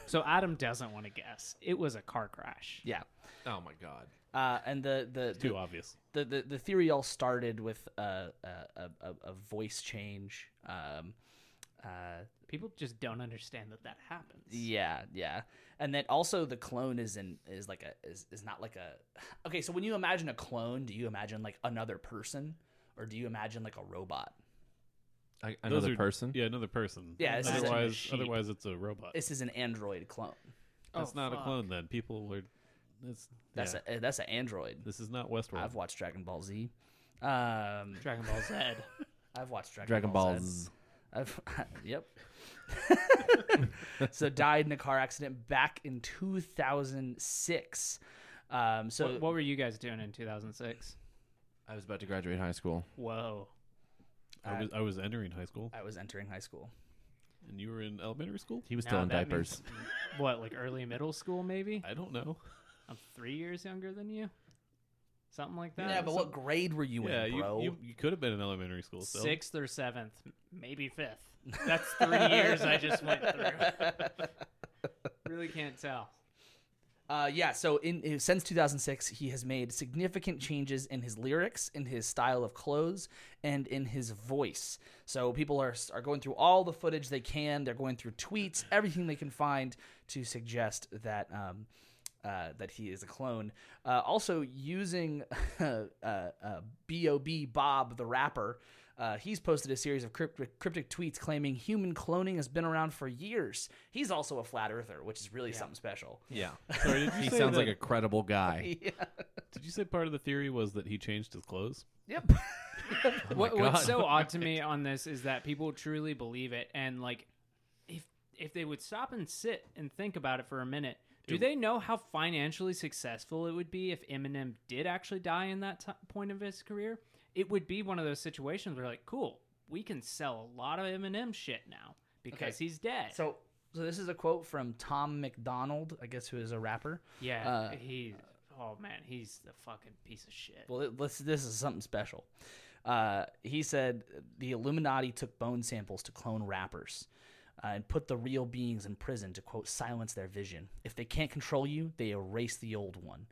Speaker 3: So Adam doesn't want to guess. It was a car crash.
Speaker 1: Yeah.
Speaker 4: Oh my god.
Speaker 1: Uh, and the the,
Speaker 2: Too
Speaker 1: the,
Speaker 2: obvious.
Speaker 1: the, the, the theory all started with a, a, a, a- a voice change. Um, uh,
Speaker 3: People just don't understand that that happens.
Speaker 1: yeah, yeah. And then also the clone is in is like a is, is not like a okay. So when you imagine a clone, do you imagine like another person or do you imagine like a robot?
Speaker 4: I,
Speaker 2: Those
Speaker 4: another
Speaker 2: are-
Speaker 4: person.
Speaker 2: Yeah, another person.
Speaker 1: Yeah, it's just a
Speaker 2: otherwise,
Speaker 3: sheep.
Speaker 2: otherwise it's a robot.
Speaker 1: This is an android clone.
Speaker 2: that's
Speaker 3: Oh,
Speaker 2: not a
Speaker 3: fuck.
Speaker 2: clone. Then people are. That's
Speaker 1: That's
Speaker 2: yeah.
Speaker 1: a eh, that's an android.
Speaker 2: This is not Westworld.
Speaker 1: I've watched Dragon Ball Z. Um,
Speaker 3: Dragon Ball Z.
Speaker 2: [LAUGHS]
Speaker 1: I've watched Dragon,
Speaker 4: Dragon
Speaker 1: Ball
Speaker 4: Balls.
Speaker 1: Z. I've, [LAUGHS] yep. so died in a car accident back in 2006. Um, so
Speaker 3: what, what were you guys doing in 2006?
Speaker 4: I was about to graduate high school.
Speaker 3: Whoa.
Speaker 2: I was I was entering high school,
Speaker 1: I was entering high school.
Speaker 2: and you were in elementary school.
Speaker 4: He was
Speaker 3: Now
Speaker 4: still in
Speaker 3: that
Speaker 4: diapers.
Speaker 3: means- what, like early middle school, maybe?
Speaker 2: I don't know.
Speaker 3: I'm three years younger than you? Something like that?
Speaker 1: Yeah, but what grade were you
Speaker 2: yeah,
Speaker 1: in,
Speaker 2: you,
Speaker 1: bro?
Speaker 2: you you could have been in elementary school. Still.
Speaker 3: Sixth or seventh, maybe fifth. That's three years I just went
Speaker 1: [LAUGHS]
Speaker 3: through. really can't tell.
Speaker 1: Uh, yeah, so in, in- since 2006, he has made significant changes in his lyrics, in his style of clothes, and in his voice. So people are are going through all the footage they can. They're going through tweets, everything they can find to suggest that um, uh, that he is a clone. Uh, also using [LAUGHS] uh, uh, B.O.B. Bob the rapper. Uh, he's posted a series of cryptic, cryptic tweets claiming human cloning has been around for years. He's also a flat earther, which is really something special.
Speaker 4: [LAUGHS] Yeah.
Speaker 2: Sorry, did you
Speaker 4: [LAUGHS] he
Speaker 2: say
Speaker 4: sounds
Speaker 2: that-
Speaker 4: like a
Speaker 1: [LAUGHS]
Speaker 4: credible guy.
Speaker 2: Did you say part of the theory was that he changed his clothes?
Speaker 1: Yep. Oh
Speaker 3: what,
Speaker 4: God.
Speaker 3: what's
Speaker 1: [LAUGHS]
Speaker 3: so odd to me on this is that people truly believe it and like if if they would stop and sit and think about it for a minute do they know how financially successful it would be if Eminem did actually die in that ti point of his career? It would be one of those situations where, like, cool, we can sell a lot of Eminem shit now
Speaker 1: Okay.
Speaker 3: because he's dead.
Speaker 1: So, so this is a quote from Tom McDonald, I guess, who is a rapper.
Speaker 3: yeah,
Speaker 1: uh,
Speaker 3: he. Oh man, he's the fucking piece of shit.
Speaker 1: Well, th- this this is something special. Uh, he said the Illuminati took bone samples to clone rappers. Uh, and put the real beings in prison to quote silence their vision. If they can't control you, they erase the old one.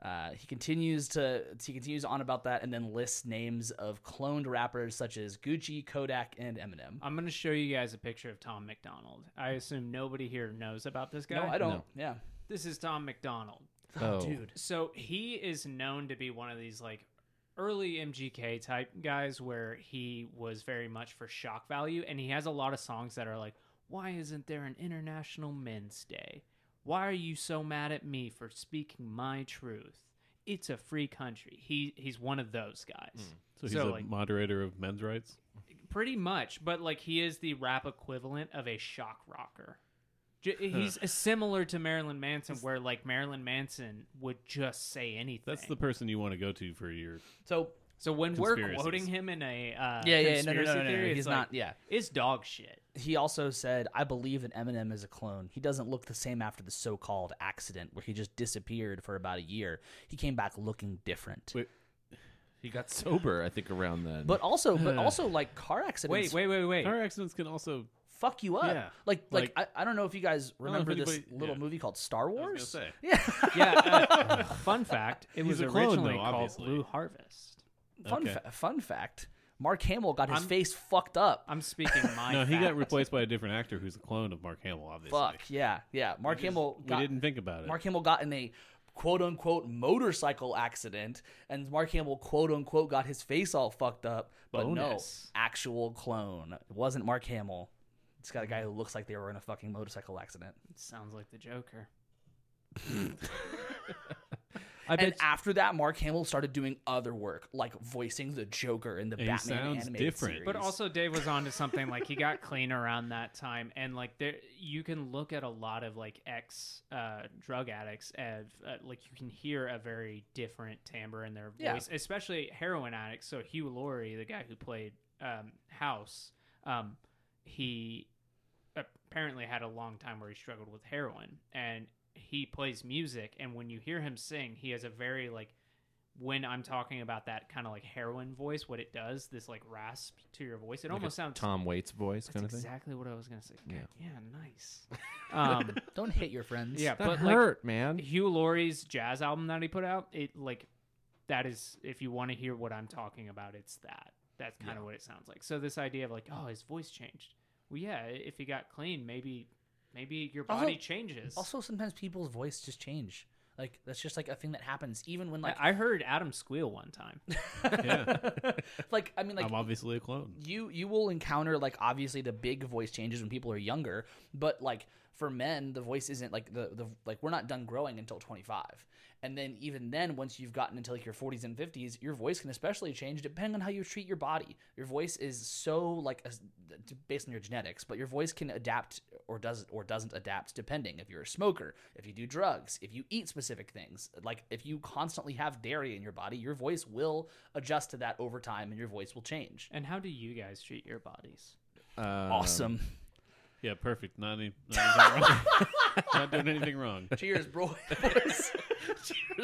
Speaker 1: Uh, he continues to he continues on about that, and then lists names of cloned rappers such as Gucci, Kodak, and Eminem.
Speaker 3: I'm gonna show you guys a picture of Tom McDonald. I assume nobody here knows about this guy.
Speaker 1: No, I don't. Yeah,
Speaker 3: This is Tom McDonald.
Speaker 4: Oh,
Speaker 1: dude.
Speaker 3: So he is known to be one of these like early MGK type guys where he was very much for shock value and he has a lot of songs that are like why isn't there an international men's day? Why are you so mad at me for speaking my truth? It's a free country. He he's one of those guys.
Speaker 1: Hmm.
Speaker 2: So he's
Speaker 3: So,
Speaker 2: a
Speaker 3: like-
Speaker 2: moderator of men's rights.
Speaker 3: Pretty much, but like he is the rap equivalent of a shock rocker. J- He's similar to Marilyn Manson, where like Marilyn Manson would just say anything.
Speaker 2: That's the person you want to go to for your.
Speaker 1: So
Speaker 3: So when we're
Speaker 2: Conspiracies.
Speaker 3: quoting him in a uh,
Speaker 1: Yeah, yeah, no, no, no,
Speaker 3: conspiracy
Speaker 1: no, no,
Speaker 3: theory,
Speaker 1: he's
Speaker 3: it's like,
Speaker 1: not- yeah.
Speaker 3: it's dog shit.
Speaker 1: he also said, I believe that Eminem is a clone. He doesn't look the same after the so called accident where he just disappeared for about a year. He came back looking different.
Speaker 2: Wait.
Speaker 4: he got sober. I think around then.
Speaker 1: But also,
Speaker 2: [SIGHS]
Speaker 1: but also, like car accidents
Speaker 3: Wait, wait, wait, wait.
Speaker 2: Car accidents can also.
Speaker 1: fuck you up.
Speaker 2: Yeah.
Speaker 1: Like, like,
Speaker 2: Like-
Speaker 1: I, I don't know if you guys
Speaker 2: know
Speaker 1: remember
Speaker 2: if
Speaker 1: this
Speaker 2: anybody-
Speaker 1: little
Speaker 2: yeah.
Speaker 1: movie called Star Wars.
Speaker 2: say.
Speaker 1: Yeah,
Speaker 3: Yeah.
Speaker 2: [LAUGHS]
Speaker 3: uh, fun fact: It was
Speaker 2: a clone,
Speaker 3: originally
Speaker 2: though,
Speaker 3: called
Speaker 2: obviously.
Speaker 3: Blue Harvest.
Speaker 1: fun
Speaker 2: Okay.
Speaker 1: fa- fun fact: Mark Hamill got his
Speaker 3: I'm-
Speaker 1: face fucked up.
Speaker 3: I'm
Speaker 2: [LAUGHS]
Speaker 3: speaking my.
Speaker 2: No, he got
Speaker 3: fact.
Speaker 2: replaced by a different actor who's a clone of Mark Hamill. Obviously,
Speaker 1: Fuck yeah, yeah. Mark Hamill
Speaker 2: We
Speaker 1: got
Speaker 2: didn't think about it.
Speaker 1: Mark Hamill got in a quote unquote motorcycle accident, and Mark Hamill quote unquote got his face all fucked up. But
Speaker 3: Bonus.
Speaker 1: no, actual clone. It wasn't Mark Hamill. It's got a guy who looks like they were in a fucking motorcycle accident.
Speaker 3: Sounds like the Joker.
Speaker 4: I
Speaker 1: And
Speaker 4: bet
Speaker 1: after that, Mark Hamill started doing other work, like voicing the Joker in the
Speaker 2: He
Speaker 1: Batman
Speaker 2: sounds
Speaker 1: animated
Speaker 2: different.
Speaker 1: series.
Speaker 2: But
Speaker 3: But also, Dave was onto something. Like he got clean around that time, and like there, you can look at a lot of like ex uh, drug addicts, and uh, like you can hear a very different timbre in their
Speaker 1: Yeah.
Speaker 3: voice, especially heroin addicts. So Hugh Laurie, the guy who played um, House, um, he apparently had a long time where he struggled with heroin, and he plays music, and when you hear him sing, he has a very like when I'm talking about that kind of like heroin voice, what it does, this like rasp to your voice, it
Speaker 4: Like a
Speaker 3: almost sounds
Speaker 4: Tom Waits voice
Speaker 3: That's
Speaker 4: kind of thing.
Speaker 3: exactly what I was gonna say.
Speaker 4: Yeah.
Speaker 3: God, yeah nice. Um,
Speaker 1: Don't hit your friends.
Speaker 3: yeah,
Speaker 4: That
Speaker 3: but like
Speaker 4: hurt, man.
Speaker 3: Hugh Laurie's jazz album that he put out, it like that is if you want to hear what I'm talking about, it's that. That's kind of what it sounds like. So this idea of like, oh, his voice changed. Well, yeah, i- if he got clean, maybe maybe your
Speaker 1: Also-
Speaker 3: body changes.
Speaker 1: Also, sometimes people's voice just change. Like that's just like a thing that happens, even when
Speaker 3: [LAUGHS]
Speaker 1: like
Speaker 3: I I heard Adam squeal one time.
Speaker 1: [LAUGHS] like I mean like
Speaker 2: I'm obviously a clone.
Speaker 1: you you will encounter like obviously the big voice changes when people are younger but like for men the voice isn't like the, the like we're not done growing until 25 and then even then once you've gotten into like your 40s and 50s your voice can especially change depending on how you treat your body your voice is so like as- based on your genetics but your voice can adapt or does or doesn't adapt depending if you're a smoker if you do drugs if you eat specific things like if you constantly have dairy in your body your voice will adjust to that over time and your voice will change
Speaker 3: And how do you guys treat your bodies?
Speaker 4: Um,
Speaker 1: awesome.
Speaker 2: Yeah, perfect. Not, any, not, anything wrong. not doing anything wrong.
Speaker 1: [LAUGHS] Cheers, boys.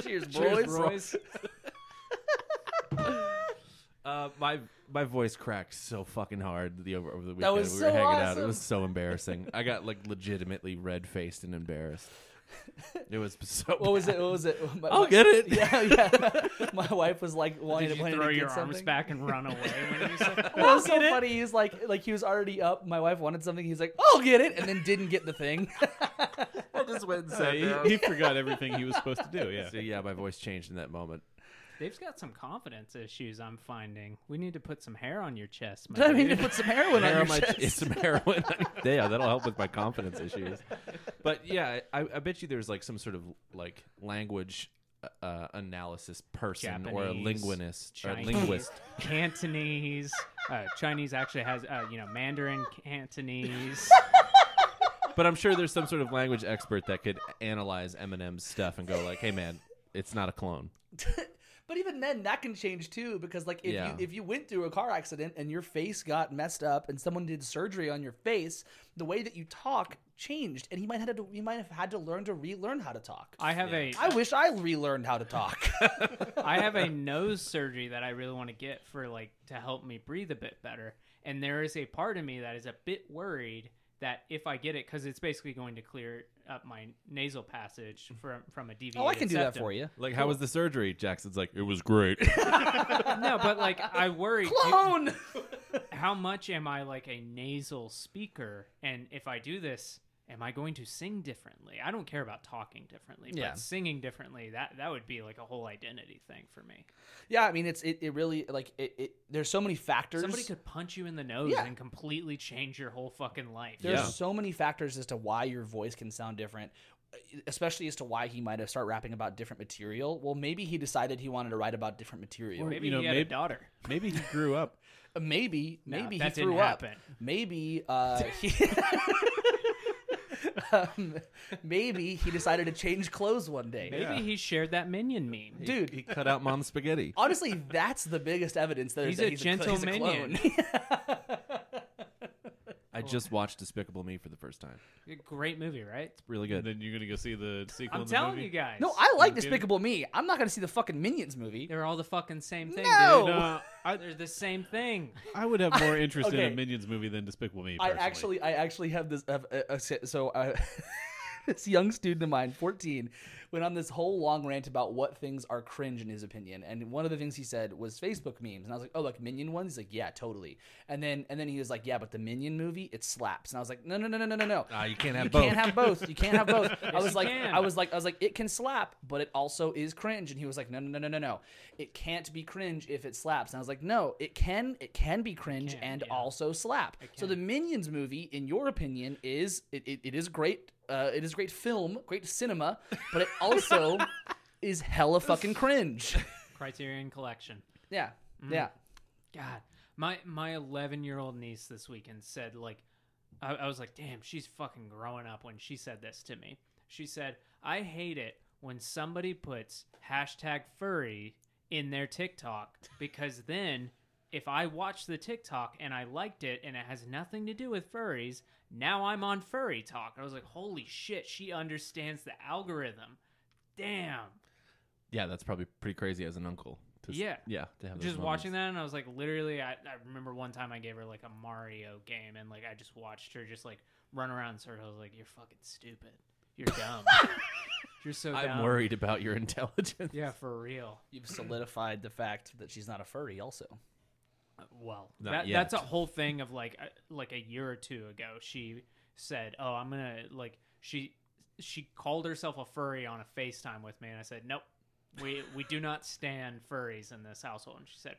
Speaker 1: Cheers, boys. [LAUGHS]
Speaker 4: Royce. [LAUGHS] Uh, my my voice cracked so fucking hard the over over the weekend.
Speaker 1: was
Speaker 4: we
Speaker 1: so
Speaker 4: were hanging out. It
Speaker 1: awesome.
Speaker 4: was so embarrassing. I got like legitimately red faced and embarrassed. It was so.
Speaker 1: What was it? What was it? My,
Speaker 4: I'll
Speaker 1: my-
Speaker 4: get
Speaker 1: [LAUGHS]
Speaker 4: it.
Speaker 1: Yeah, yeah. My wife was like wanting
Speaker 3: Did
Speaker 1: to
Speaker 3: you
Speaker 1: wanting
Speaker 3: throw
Speaker 1: to get
Speaker 3: your arms
Speaker 1: something.
Speaker 3: back and run away? When you [LAUGHS] said,
Speaker 1: Well, it was so funny. He's like, like he was already up. My wife wanted something. He's like, I'll get it, and then didn't get the thing. [LAUGHS]
Speaker 4: I just went and
Speaker 2: Uh, he- he, forgot everything he was supposed to do. Yeah.
Speaker 4: [LAUGHS] So yeah, my voice changed in that moment.
Speaker 3: Dave's got some confidence issues. I'm finding. We need to put some hair on your [LAUGHS] chest. My
Speaker 1: I mean, to
Speaker 3: dude.
Speaker 1: put some heroin on
Speaker 4: Hair
Speaker 1: your
Speaker 4: on my-
Speaker 1: chest.
Speaker 4: it's some
Speaker 3: [LAUGHS]
Speaker 4: heroin. [LAUGHS] yeah, that'll help with my confidence issues. But yeah, I, I bet you there's like some sort of like language uh, analysis person or a
Speaker 3: Japanese,
Speaker 4: linguist or a
Speaker 3: Chinese,
Speaker 4: linguist.
Speaker 3: Cantonese. Uh, Chinese actually has, uh, you know, Mandarin, Cantonese.
Speaker 4: But I'm sure there's some sort of language expert that could analyze Eminem's stuff and go like, "Hey, man, it's not a clone."
Speaker 1: [LAUGHS] But even then, that can change too, because like if
Speaker 4: Yeah.
Speaker 1: you if you went through a car accident and your face got messed up and someone did surgery on your face, the way that you talk changed, and he might had to he might have had to learn to relearn how to talk.
Speaker 3: I have a,
Speaker 1: I wish I relearned how to talk. [LAUGHS]
Speaker 3: I have a nose surgery that I really want to get for like to help me breathe a bit better. And there is a part of me that is a bit worried that if I get it, because it's basically going to clear up my nasal passage from from a deviated.
Speaker 1: oh, I can do that
Speaker 3: septum.
Speaker 1: for you.
Speaker 4: [LAUGHS] Like, how was the surgery? Jackson's like, "It was great."
Speaker 3: [LAUGHS] No, but like
Speaker 1: [LAUGHS]
Speaker 3: I worry. do-
Speaker 1: Clone.
Speaker 3: how much am I like a nasal speaker? And if I do this, am I going to sing differently? I don't care about talking differently,
Speaker 1: Yeah.
Speaker 3: but singing differently, that that would be like a whole identity thing for me.
Speaker 1: yeah, I mean it's it, it really like it, it. There's so many factors.
Speaker 3: Somebody could punch you in the nose
Speaker 1: Yeah.
Speaker 3: and completely change your whole fucking life.
Speaker 1: There's
Speaker 2: Yeah.
Speaker 1: so many factors as to why your voice can sound different, especially as to why he might have started rapping about different material. Well, maybe he decided he wanted to write about different material. Uh,
Speaker 3: Maybe
Speaker 2: You know,
Speaker 3: he had
Speaker 2: maybe-
Speaker 3: a daughter.
Speaker 2: Maybe he grew up.
Speaker 1: Maybe, maybe he
Speaker 3: that didn't
Speaker 1: threw up.
Speaker 3: happen.
Speaker 1: Maybe,
Speaker 3: [LAUGHS]
Speaker 1: uh, he [LAUGHS] um, maybe he decided to change clothes one day.
Speaker 3: Maybe he shared that minion meme.
Speaker 1: Dude,
Speaker 4: he cut out mom's spaghetti.
Speaker 1: honestly, that's the biggest evidence that
Speaker 3: He's
Speaker 1: that
Speaker 3: a
Speaker 1: he's
Speaker 3: gentle
Speaker 1: a, he's a
Speaker 3: minion. [LAUGHS]
Speaker 1: clone. [LAUGHS]
Speaker 3: Oh.
Speaker 4: I just watched Despicable Me for the first time.
Speaker 3: Great movie, right?
Speaker 4: Really [LAUGHS]
Speaker 2: And
Speaker 4: good.
Speaker 2: then you're gonna go see the sequel.
Speaker 3: I'm
Speaker 2: in the
Speaker 3: telling
Speaker 2: movie?
Speaker 3: you guys.
Speaker 1: no, I like
Speaker 2: kidding?
Speaker 1: Despicable Me. I'm not going to see the fucking Minions movie.
Speaker 3: They're all the fucking same thing,
Speaker 1: No!
Speaker 3: dude.
Speaker 2: No, I,
Speaker 3: They're the same thing.
Speaker 2: I would have more interest in
Speaker 1: Okay.
Speaker 2: a Minions movie than Despicable Me.
Speaker 1: I
Speaker 2: personally.
Speaker 1: actually, I actually have this. Have a, a, so, uh, [LAUGHS] this young student of mine, fourteen, went on this whole long rant about what things are cringe in his opinion, and one of the things he said was Facebook memes, and I was like, oh, like Minion ones. He's like, yeah, totally. And then, and then he was like, yeah, but the Minion movie, it slaps. And I was like, no, no, no, no, no, no, no.
Speaker 4: Ah, you can't have
Speaker 1: You
Speaker 4: both.
Speaker 1: can't have both. You can't have
Speaker 3: [LAUGHS]
Speaker 1: both. I was
Speaker 3: you
Speaker 1: like,
Speaker 3: can.
Speaker 1: I was like, I was like, it can slap, but it also is cringe. And he was like, no, no, no, no, no, no. It can't be cringe if it slaps. And I was like, no, it can. It can be cringe
Speaker 3: can,
Speaker 1: and
Speaker 3: yeah.
Speaker 1: also slap. So the Minions movie, in your opinion, is it, it, it is great. Uh, it is great film, great cinema, but it
Speaker 3: [LAUGHS]
Speaker 1: also is hella fucking cringe.
Speaker 3: Criterion Collection.
Speaker 1: Yeah,
Speaker 3: Mm.
Speaker 1: yeah.
Speaker 3: God, my my 11 year old niece this weekend said like, I, I was like, damn, she's fucking growing up when she said this to me. She said, I hate it when somebody puts hashtag furry in their TikTok because then. If I watch the TikTok and I liked it and it has nothing to do with furries, now I'm on furry talk. I was like, holy shit, she understands the algorithm. Damn.
Speaker 4: yeah, that's probably pretty crazy as an uncle. To, s-
Speaker 3: Yeah.
Speaker 4: yeah. To have those
Speaker 3: just
Speaker 4: moments.
Speaker 3: watching that and i was like literally I, I remember one time i gave her like a mario game and like i just watched her just like run around in circles like you're fucking stupid you're
Speaker 4: [LAUGHS]
Speaker 3: dumb you're so dumb
Speaker 4: I'm worried about your intelligence.
Speaker 3: yeah for real
Speaker 1: You've solidified the fact that she's not a furry. Also,
Speaker 3: Uh, well
Speaker 4: Not
Speaker 3: that, that's a
Speaker 4: yet.
Speaker 3: whole thing of like I- like a year or two ago she said oh i'm gonna like she she called herself a furry on a facetime with me and i said nope we we do not stand furries in this household and she said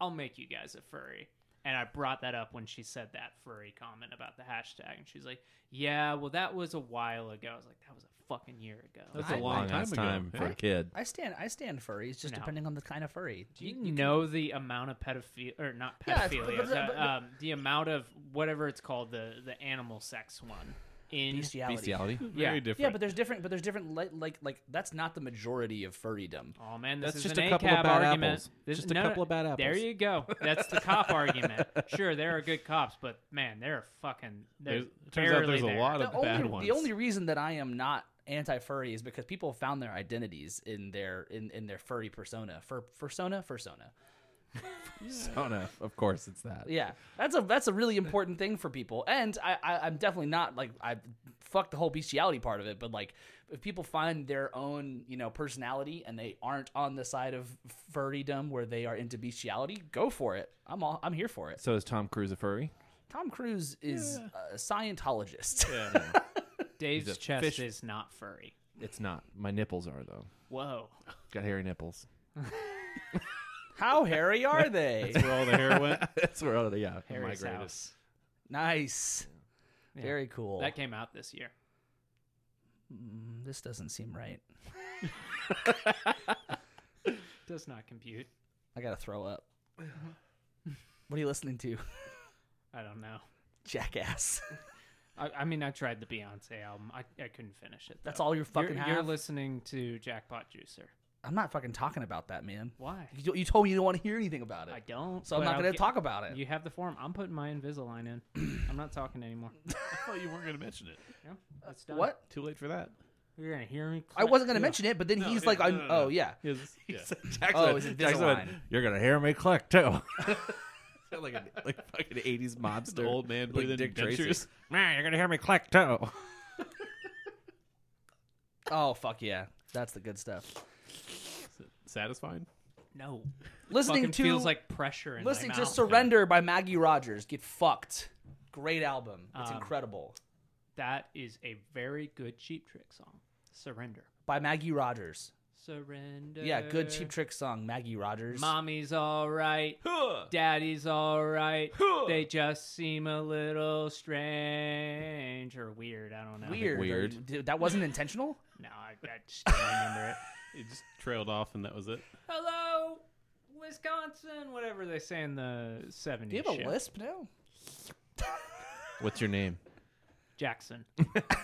Speaker 3: i'll make you guys a furry and i brought that up when she said that furry comment about the hashtag and she's like yeah well that was a while ago i was like that was a fucking year ago
Speaker 2: That's
Speaker 1: a
Speaker 2: a
Speaker 1: I-
Speaker 2: long
Speaker 4: Long
Speaker 2: time
Speaker 4: ass
Speaker 2: ago.
Speaker 4: time for a kid.
Speaker 1: I stand. I stand furries, just
Speaker 3: No.
Speaker 1: depending on the kind of furry.
Speaker 3: Do you, know the amount of pedophilia, or not
Speaker 1: Hmm. Yeah, it's- but-
Speaker 3: pedophilia,
Speaker 1: but-
Speaker 3: the,
Speaker 1: but-
Speaker 3: um, the amount of whatever it's called, the the animal sex one in
Speaker 1: Bestiality.
Speaker 4: Bestiality.
Speaker 2: [LAUGHS]
Speaker 3: yeah.
Speaker 2: Very different.
Speaker 1: Yeah, but there's different. But there's different. Like, like, like that's not the majority of furrydom.
Speaker 3: Oh man, this
Speaker 4: That's
Speaker 3: is
Speaker 4: just
Speaker 3: an
Speaker 4: a couple
Speaker 3: ACAB
Speaker 4: of bad
Speaker 3: argument.
Speaker 4: apples.
Speaker 3: This-
Speaker 4: Just a
Speaker 3: no, no,
Speaker 4: couple of bad
Speaker 3: There
Speaker 4: apples.
Speaker 3: you go. That's the
Speaker 4: [LAUGHS]
Speaker 3: cop argument. Sure, there are good cops, but man, they're fucking. They're
Speaker 2: There's- turns out
Speaker 3: barely
Speaker 2: there's a
Speaker 3: there.
Speaker 2: lot
Speaker 1: The
Speaker 2: of bad
Speaker 1: only,
Speaker 2: ones.
Speaker 1: the only reason that I am not anti-furry is because people found their identities in their in, in their furry persona. Fur persona, persona.
Speaker 4: Sona, of course, it's that.
Speaker 1: Yeah, that's a that's a really important thing for people. And I, I I'm definitely not like I fuck the whole bestiality part of it, but like if people find their own you know personality and they aren't on the side of furrydom where they are into bestiality, go for it. I'm all I'm here for it.
Speaker 4: So is Tom Cruise a furry?
Speaker 1: Tom Cruise is a Scientologist.
Speaker 2: Yeah.
Speaker 3: Dave's
Speaker 4: He's a
Speaker 3: chest
Speaker 4: fish-
Speaker 3: is not furry.
Speaker 4: It's not. My nipples are though. [LAUGHS]
Speaker 3: Whoa.
Speaker 4: Got hairy nipples.
Speaker 1: [LAUGHS]
Speaker 4: [LAUGHS]
Speaker 1: How hairy are
Speaker 3: [LAUGHS]
Speaker 1: they?
Speaker 2: That's where all the hair went.
Speaker 4: That's where all the yeah.
Speaker 3: Harry's
Speaker 4: migrated.
Speaker 3: house.
Speaker 1: nice.
Speaker 3: Yeah.
Speaker 1: Very cool.
Speaker 3: That came out this year.
Speaker 1: Mm, this doesn't seem right.
Speaker 3: Does not compute.
Speaker 1: I gotta throw up.
Speaker 3: Uh-huh.
Speaker 1: what are you listening to, [LAUGHS]
Speaker 3: I don't know. [LAUGHS]
Speaker 1: jackass?
Speaker 3: I, I mean, I tried the Beyonce album. I, I couldn't finish it.
Speaker 1: That's
Speaker 3: though.
Speaker 1: all you're fucking
Speaker 3: you're,
Speaker 1: have.
Speaker 3: you're listening to Jackpot Juicer.
Speaker 1: I'm not fucking talking about that, man.
Speaker 3: Why?
Speaker 1: You, you told me you don't want to hear anything about it,
Speaker 3: I don't.
Speaker 1: so I'm
Speaker 3: but
Speaker 1: not
Speaker 3: I'll
Speaker 1: gonna
Speaker 3: get-
Speaker 1: talk about it.
Speaker 3: You have the form. I'm putting my Invisalign
Speaker 1: [CLEARS THROAT]
Speaker 3: in. I'm not talking
Speaker 1: [LAUGHS]
Speaker 3: anymore.
Speaker 2: I thought you weren't going to mention it.
Speaker 3: Yeah, that's done.
Speaker 1: what?
Speaker 2: Too late for [LAUGHS] that.
Speaker 3: You're gonna hear me?
Speaker 1: I wasn't gonna
Speaker 2: No.
Speaker 1: mention it, but then
Speaker 2: No,
Speaker 1: he's
Speaker 2: yeah,
Speaker 1: like,
Speaker 2: no,
Speaker 1: I'm,
Speaker 2: no, no.
Speaker 1: "Oh yeah,
Speaker 2: He was- yeah.
Speaker 1: Oh, it's Invisalign.
Speaker 4: You're gonna hear me click too.
Speaker 2: [LAUGHS]
Speaker 4: [LAUGHS] Sound like a like fucking eighties mobster,
Speaker 2: The old man
Speaker 4: like
Speaker 2: breathing
Speaker 4: Dick
Speaker 2: dentures.
Speaker 4: Tracy. Man, you're gonna hear me click too.
Speaker 1: oh fuck yeah, that's the good stuff."
Speaker 2: Satisfying.
Speaker 3: No.
Speaker 1: Listening
Speaker 3: Fucking
Speaker 1: to
Speaker 3: feels like pressure in
Speaker 1: listening
Speaker 3: my
Speaker 1: to
Speaker 3: mouth.
Speaker 1: "Surrender" by Maggie Rogers. Get fucked. Great album. It's
Speaker 3: Um,
Speaker 1: incredible.
Speaker 3: that is a very good Cheap Trick song. Surrender.
Speaker 1: By Maggie Rogers.
Speaker 3: Surrender.
Speaker 1: Yeah,
Speaker 2: uh,
Speaker 1: good Cheap Trick song, Maggie Rogers.
Speaker 3: Mommy's all right. Daddy's all right. They just seem a little strange or weird. I don't know.
Speaker 1: Weird.
Speaker 4: Weird.
Speaker 1: Dude, that
Speaker 2: [LAUGHS]
Speaker 1: wasn't intentional?
Speaker 3: No, I, I just don't remember it.
Speaker 2: It just trailed off, and that was it.
Speaker 3: Hello, Wisconsin. Whatever they say in the '70s.
Speaker 1: Do you have a
Speaker 3: shit.
Speaker 1: lisp now?
Speaker 4: What's your name?
Speaker 3: Jackson.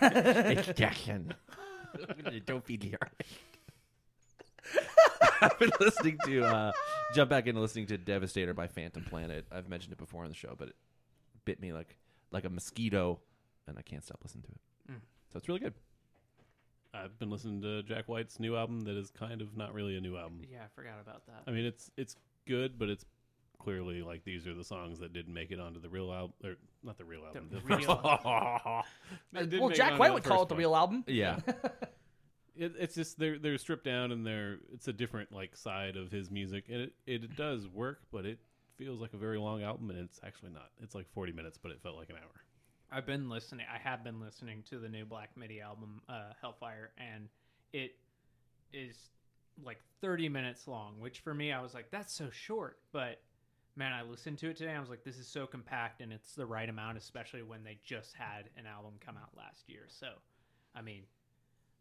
Speaker 4: it's Jackson. [LAUGHS] Don't be here. [LAUGHS] I've been listening to uh, jump back into listening to Devastator by Phantom Planet. I've mentioned it before on the show, but it bit me like like a mosquito, and I can't stop listening to it.
Speaker 3: Mm.
Speaker 4: So it's really good.
Speaker 2: I've been listening to Jack White's new album that is kind of not really a new album.
Speaker 3: Yeah, I forgot about that.
Speaker 2: [LAUGHS] I mean, it's it's good, but it's clearly like these are the songs that didn't make it onto the real album, or not the real album. The, first
Speaker 3: real
Speaker 2: album. It didn't
Speaker 1: Uh, well,
Speaker 2: make it
Speaker 1: Jack
Speaker 2: onto
Speaker 1: White
Speaker 2: the
Speaker 1: would call
Speaker 2: first
Speaker 1: it the
Speaker 2: one.
Speaker 1: real album.
Speaker 4: [LAUGHS] Yeah,
Speaker 2: It, it's just they're they're stripped down and they're it's a different like side of his music, and it it does work, but it feels like a very long album, and it's actually not. It's like forty minutes, but it felt like an hour.
Speaker 3: I've been listening. I have been listening to the new Black Midi album, uh, Hellfire, and it is like 30 minutes long. Which for me, I was like, that's so short. But man, I listened to it today. and I was like, this is so compact, and it's the right amount, especially when they just had an album come out last year. So, I mean,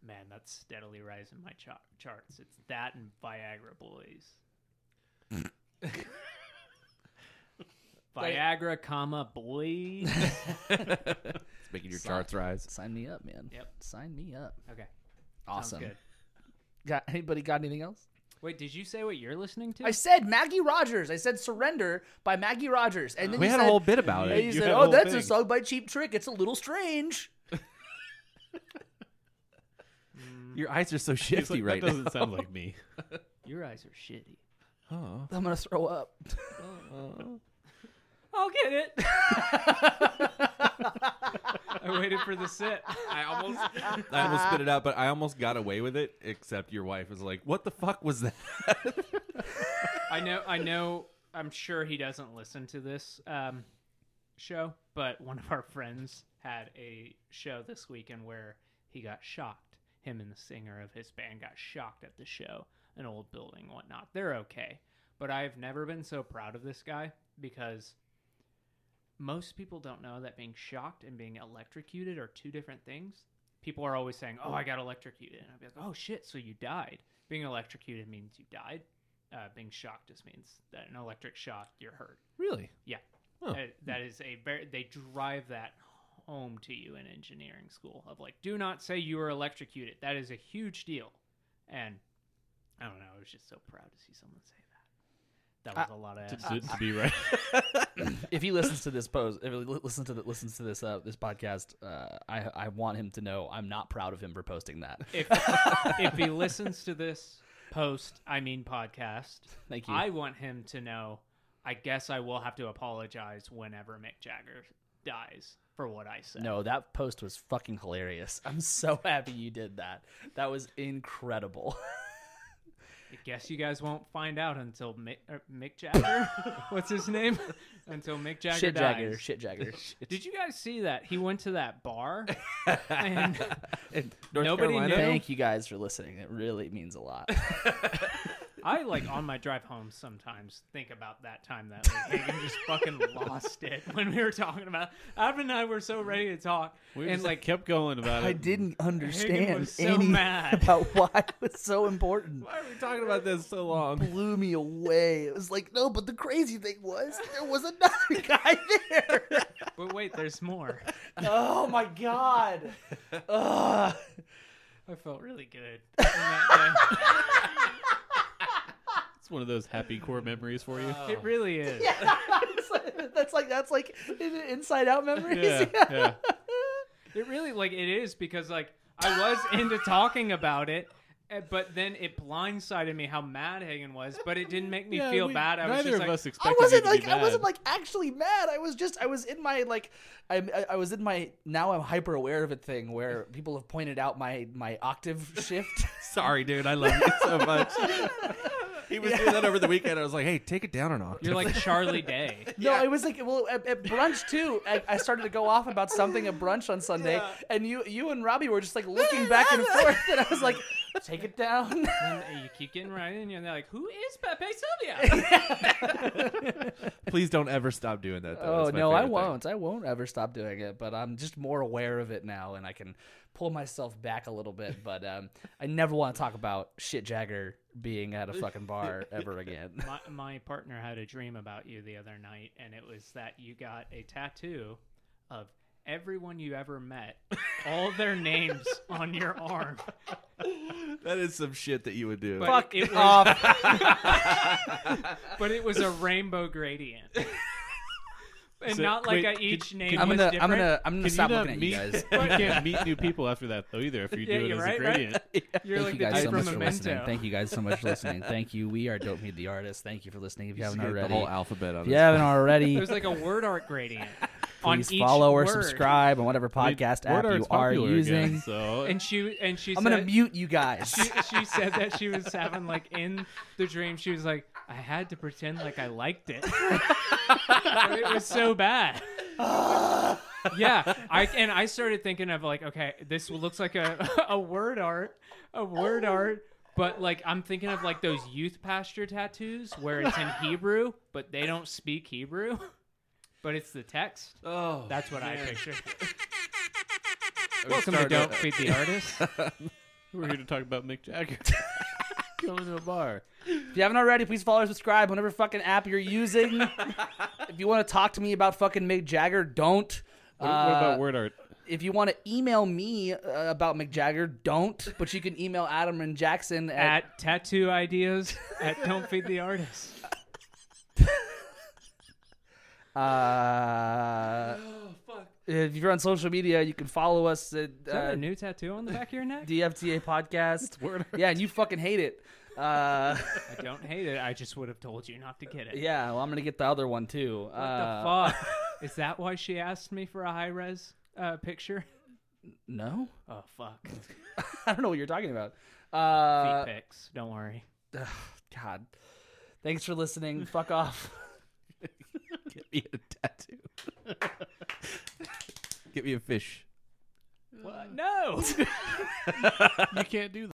Speaker 3: man, that's steadily rising my cha- charts. It's that and Viagra Boys. [LAUGHS] Viagra, comma boys.
Speaker 4: it's making your charts rise.
Speaker 1: Sign me up, man.
Speaker 3: Yep.
Speaker 1: Sign me up.
Speaker 3: Okay. Sounds
Speaker 1: Awesome.
Speaker 3: good.
Speaker 1: Got anybody got anything else?
Speaker 3: Wait, did you say what you're listening to?
Speaker 1: I said Maggie Rogers. I said Surrender by Maggie Rogers. And then
Speaker 4: We
Speaker 1: you
Speaker 4: had
Speaker 1: said,
Speaker 4: a whole bit about
Speaker 1: And
Speaker 4: it.
Speaker 1: you,
Speaker 2: [LAUGHS] You
Speaker 1: said,
Speaker 2: had a
Speaker 1: "Oh,
Speaker 2: whole
Speaker 1: that's a
Speaker 2: thing."
Speaker 1: song by Cheap Trick. It's a little strange."
Speaker 3: Mm,
Speaker 4: Your eyes [LAUGHS] are so
Speaker 2: He's
Speaker 4: shifty
Speaker 2: like,
Speaker 4: right
Speaker 2: that
Speaker 4: now.
Speaker 2: doesn't sound like [LAUGHS] me.
Speaker 3: Your eyes are shitty.
Speaker 4: Oh.
Speaker 1: I'm gonna throw up. [LAUGHS]
Speaker 3: I'll get it. [LAUGHS] I waited for the sit.
Speaker 4: I almost, I almost spit it out, but I almost got away with it. Except your wife was like, "What the fuck was that?" [LAUGHS]
Speaker 3: I know. I know. I'm sure he doesn't listen to this um, show, but one of our friends had a show this weekend where he got shocked. Him and the singer of his band got shocked at the show, an old building, and whatnot. They're okay, but I've never been so proud of this guy because most people don't know that being shocked and being electrocuted are two different things. People are always saying, "Oh, I got electrocuted," and I'd be like, "Oh shit, so you died." Being electrocuted means you died uh, being shocked just means that an electric shock you're hurt.
Speaker 4: Really?
Speaker 3: Yeah,
Speaker 4: Huh.
Speaker 3: Uh, that is a very they drive that home to you in engineering school of like do not say you were electrocuted. That is a huge deal, and I don't know. I was just so proud to see someone say that. That was a lot of.
Speaker 2: to,
Speaker 3: ass.
Speaker 2: to- to be right.
Speaker 1: if he listens to this post, if he li- listens to the, listens to this uh, this podcast, uh, I I want him to know I'm not proud of him for posting that.
Speaker 3: if if he listens to this post, I mean podcast.
Speaker 1: [LAUGHS] Thank you.
Speaker 3: I want him to know. I guess I will have to apologize whenever Mick Jagger dies for what I said.
Speaker 1: No, that post was fucking hilarious. I'm so happy you did that. That was incredible.
Speaker 3: I guess you guys won't find out until Mick, er, Mick Jagger. What's his name? Until Mick Jagger
Speaker 1: shit
Speaker 3: dies.
Speaker 1: Jagger, shit
Speaker 3: [LAUGHS]
Speaker 1: Jagger. [LAUGHS]
Speaker 3: Did you guys see that? He went to that bar. and
Speaker 4: North
Speaker 3: Nobody
Speaker 4: Carolina?
Speaker 3: knew.
Speaker 1: Thank you guys for listening. It really means a
Speaker 3: [LAUGHS]
Speaker 1: lot.
Speaker 3: I like on my drive home sometimes think about that time that like, Hagen just fucking lost it when we were talking about. Adam and I were so ready to talk,
Speaker 2: We
Speaker 3: and
Speaker 2: just
Speaker 3: like
Speaker 2: kept going about it.
Speaker 3: Hagen was so
Speaker 1: [LAUGHS]
Speaker 3: mad.
Speaker 1: about why it was so important.
Speaker 4: Why are we talking about this so long?
Speaker 1: blew me away. It was like, no, but the crazy thing was there was another [LAUGHS] guy there.
Speaker 3: But wait, there's more.
Speaker 1: oh my god.
Speaker 2: [LAUGHS]
Speaker 1: Ugh.
Speaker 3: I felt really good. on that
Speaker 2: It's one of those happy core memories for you.
Speaker 3: day. It really is.
Speaker 1: It's like- that's like that's like in- inside out memories.
Speaker 2: yeah, yeah.
Speaker 3: It really like it is because like I was into talking about it, eh, but then it blindsided me how mad Hagen was. But it didn't make me
Speaker 2: Yeah,
Speaker 3: feel
Speaker 2: we-
Speaker 3: bad. I was
Speaker 2: neither
Speaker 3: just
Speaker 2: of
Speaker 3: like,
Speaker 1: [LAUGHS]
Speaker 2: us
Speaker 1: I
Speaker 2: expected. you
Speaker 1: wasn't
Speaker 2: to
Speaker 1: like
Speaker 2: be
Speaker 1: I wasn't
Speaker 2: mad.
Speaker 1: like actually mad. I was just I was in my like I I was in my now I'm hyper aware of it thing where people have pointed out my my octave
Speaker 2: [LAUGHS]
Speaker 1: shift.
Speaker 4: Sorry, dude. I love you
Speaker 1: [LAUGHS]
Speaker 4: so much. [LAUGHS] he was doing that over the weekend. I was like, "Hey, take it down an
Speaker 2: [LAUGHS]
Speaker 4: octave."
Speaker 3: you're like Charlie Day.
Speaker 1: No, it was like well at, at brunch too. I, I started to go off about something at brunch on Sunday, and you you and Robbie were just like looking back
Speaker 2: [LAUGHS]
Speaker 1: and forth, and I was like, take it down. [LAUGHS]
Speaker 3: And you keep getting right in, and they're like, "Who is Pepe
Speaker 2: [LAUGHS]
Speaker 3: Sylvia?"
Speaker 4: Please don't ever stop doing that. Though.
Speaker 1: oh
Speaker 4: That's my
Speaker 1: no, I
Speaker 4: favorite thing.
Speaker 1: won't. I won't ever stop doing it. But I'm just more aware of it now, and I can pull myself back a little bit. But um, I never want to talk about shit Jagger being at a fucking bar ever
Speaker 3: [LAUGHS]
Speaker 1: again.
Speaker 3: my, my partner had a dream about you the other night, and it was that you got a tattoo of everyone you ever met, all their names on your arm.
Speaker 4: That is some shit that you would do.
Speaker 3: But
Speaker 1: Fuck
Speaker 3: it was,
Speaker 1: off.
Speaker 3: but it was a rainbow gradient. And
Speaker 2: So,
Speaker 3: not like
Speaker 2: wait,
Speaker 3: a each
Speaker 2: can-
Speaker 3: name
Speaker 2: can
Speaker 3: was
Speaker 1: I'm gonna
Speaker 3: different.
Speaker 1: I'm gonna I'm gonna
Speaker 2: Can
Speaker 1: stop
Speaker 2: you not
Speaker 1: looking at you
Speaker 2: meet-
Speaker 1: guys.
Speaker 2: [LAUGHS]
Speaker 3: [LAUGHS]
Speaker 2: you can't meet new people after that though either. If you do
Speaker 3: Yeah,
Speaker 2: it
Speaker 3: you're
Speaker 2: as
Speaker 3: right,
Speaker 2: a
Speaker 3: right?
Speaker 2: gradient,
Speaker 3: You're
Speaker 1: Thank
Speaker 3: like
Speaker 1: you
Speaker 3: the
Speaker 1: guys
Speaker 3: dude
Speaker 1: so
Speaker 3: from
Speaker 1: much for listening.
Speaker 3: Memento.
Speaker 1: Thank you guys so much for listening. Thank you. We are Don't Meet the Artist. Thank you for listening. If you
Speaker 4: Just
Speaker 1: haven't
Speaker 4: get
Speaker 1: already,
Speaker 4: the whole alphabet on
Speaker 1: if you
Speaker 4: this.
Speaker 1: haven't already,
Speaker 3: [LAUGHS] It was like a word
Speaker 1: [LAUGHS]
Speaker 3: art gradient. on
Speaker 1: please
Speaker 3: each
Speaker 1: follow or
Speaker 3: word.
Speaker 1: subscribe on whatever
Speaker 2: I mean,
Speaker 1: podcast app
Speaker 2: word
Speaker 1: you
Speaker 2: art's
Speaker 1: are
Speaker 2: popular
Speaker 1: using.
Speaker 2: [LAUGHS] Again, so
Speaker 3: And she and she
Speaker 1: I'm
Speaker 3: said,
Speaker 1: gonna mute you
Speaker 3: [LAUGHS]
Speaker 1: guys.
Speaker 3: she, she said that she was having like in the dream she was like i had to pretend like i liked it [LAUGHS] But it was so
Speaker 1: [LAUGHS]
Speaker 3: bad yeah i and i started thinking of like okay this looks like a [LAUGHS] a word art a word
Speaker 1: Oh.
Speaker 3: art but like i'm thinking of like those youth pasture tattoos where it's
Speaker 1: [LAUGHS]
Speaker 3: in hebrew but they don't speak hebrew but it's the text
Speaker 4: oh, [LAUGHS]
Speaker 3: that's what
Speaker 1: [LAUGHS]
Speaker 3: i picture
Speaker 4: we
Speaker 3: welcome to
Speaker 4: started-
Speaker 3: don't feed the artist
Speaker 2: we're here to talk about Mick Jagger.
Speaker 1: [LAUGHS] going to a bar. If you haven't already, please follow or subscribe on whatever fucking app you're
Speaker 3: [LAUGHS]
Speaker 1: using. if you want to talk to me about fucking Mick Jagger, don't.
Speaker 2: What, what
Speaker 1: Uh,
Speaker 2: about word art?
Speaker 1: if you want to email me uh, about Mick Jagger, don't. But you can email Adam and Jackson at,
Speaker 3: at tattoo ideas at don't feed
Speaker 1: [LAUGHS]
Speaker 3: the artist
Speaker 1: uh, If you're on social media, you can follow us at
Speaker 3: Is that
Speaker 1: uh,
Speaker 3: a new tattoo on the back of your neck?
Speaker 1: DFTA
Speaker 3: [LAUGHS]
Speaker 1: podcast. yeah, and you fucking hate it. Uh, [LAUGHS]
Speaker 3: I don't hate it. I just would have told you not to get it.
Speaker 1: yeah, well, I'm gonna get the other one too.
Speaker 3: What
Speaker 1: uh,
Speaker 3: the fuck? Is that why she asked me for a high res
Speaker 1: [LAUGHS]
Speaker 3: uh, picture?
Speaker 1: No, [LAUGHS]
Speaker 3: Oh fuck.
Speaker 1: I don't know what you're talking about. Uh,
Speaker 3: Feet pics. Don't worry.
Speaker 1: ugh, God, thanks for listening. Fuck off.
Speaker 4: Get me a tattoo.
Speaker 1: [LAUGHS]
Speaker 4: Get me a fish.
Speaker 3: No.
Speaker 1: uh, [LAUGHS]
Speaker 2: you can't do that.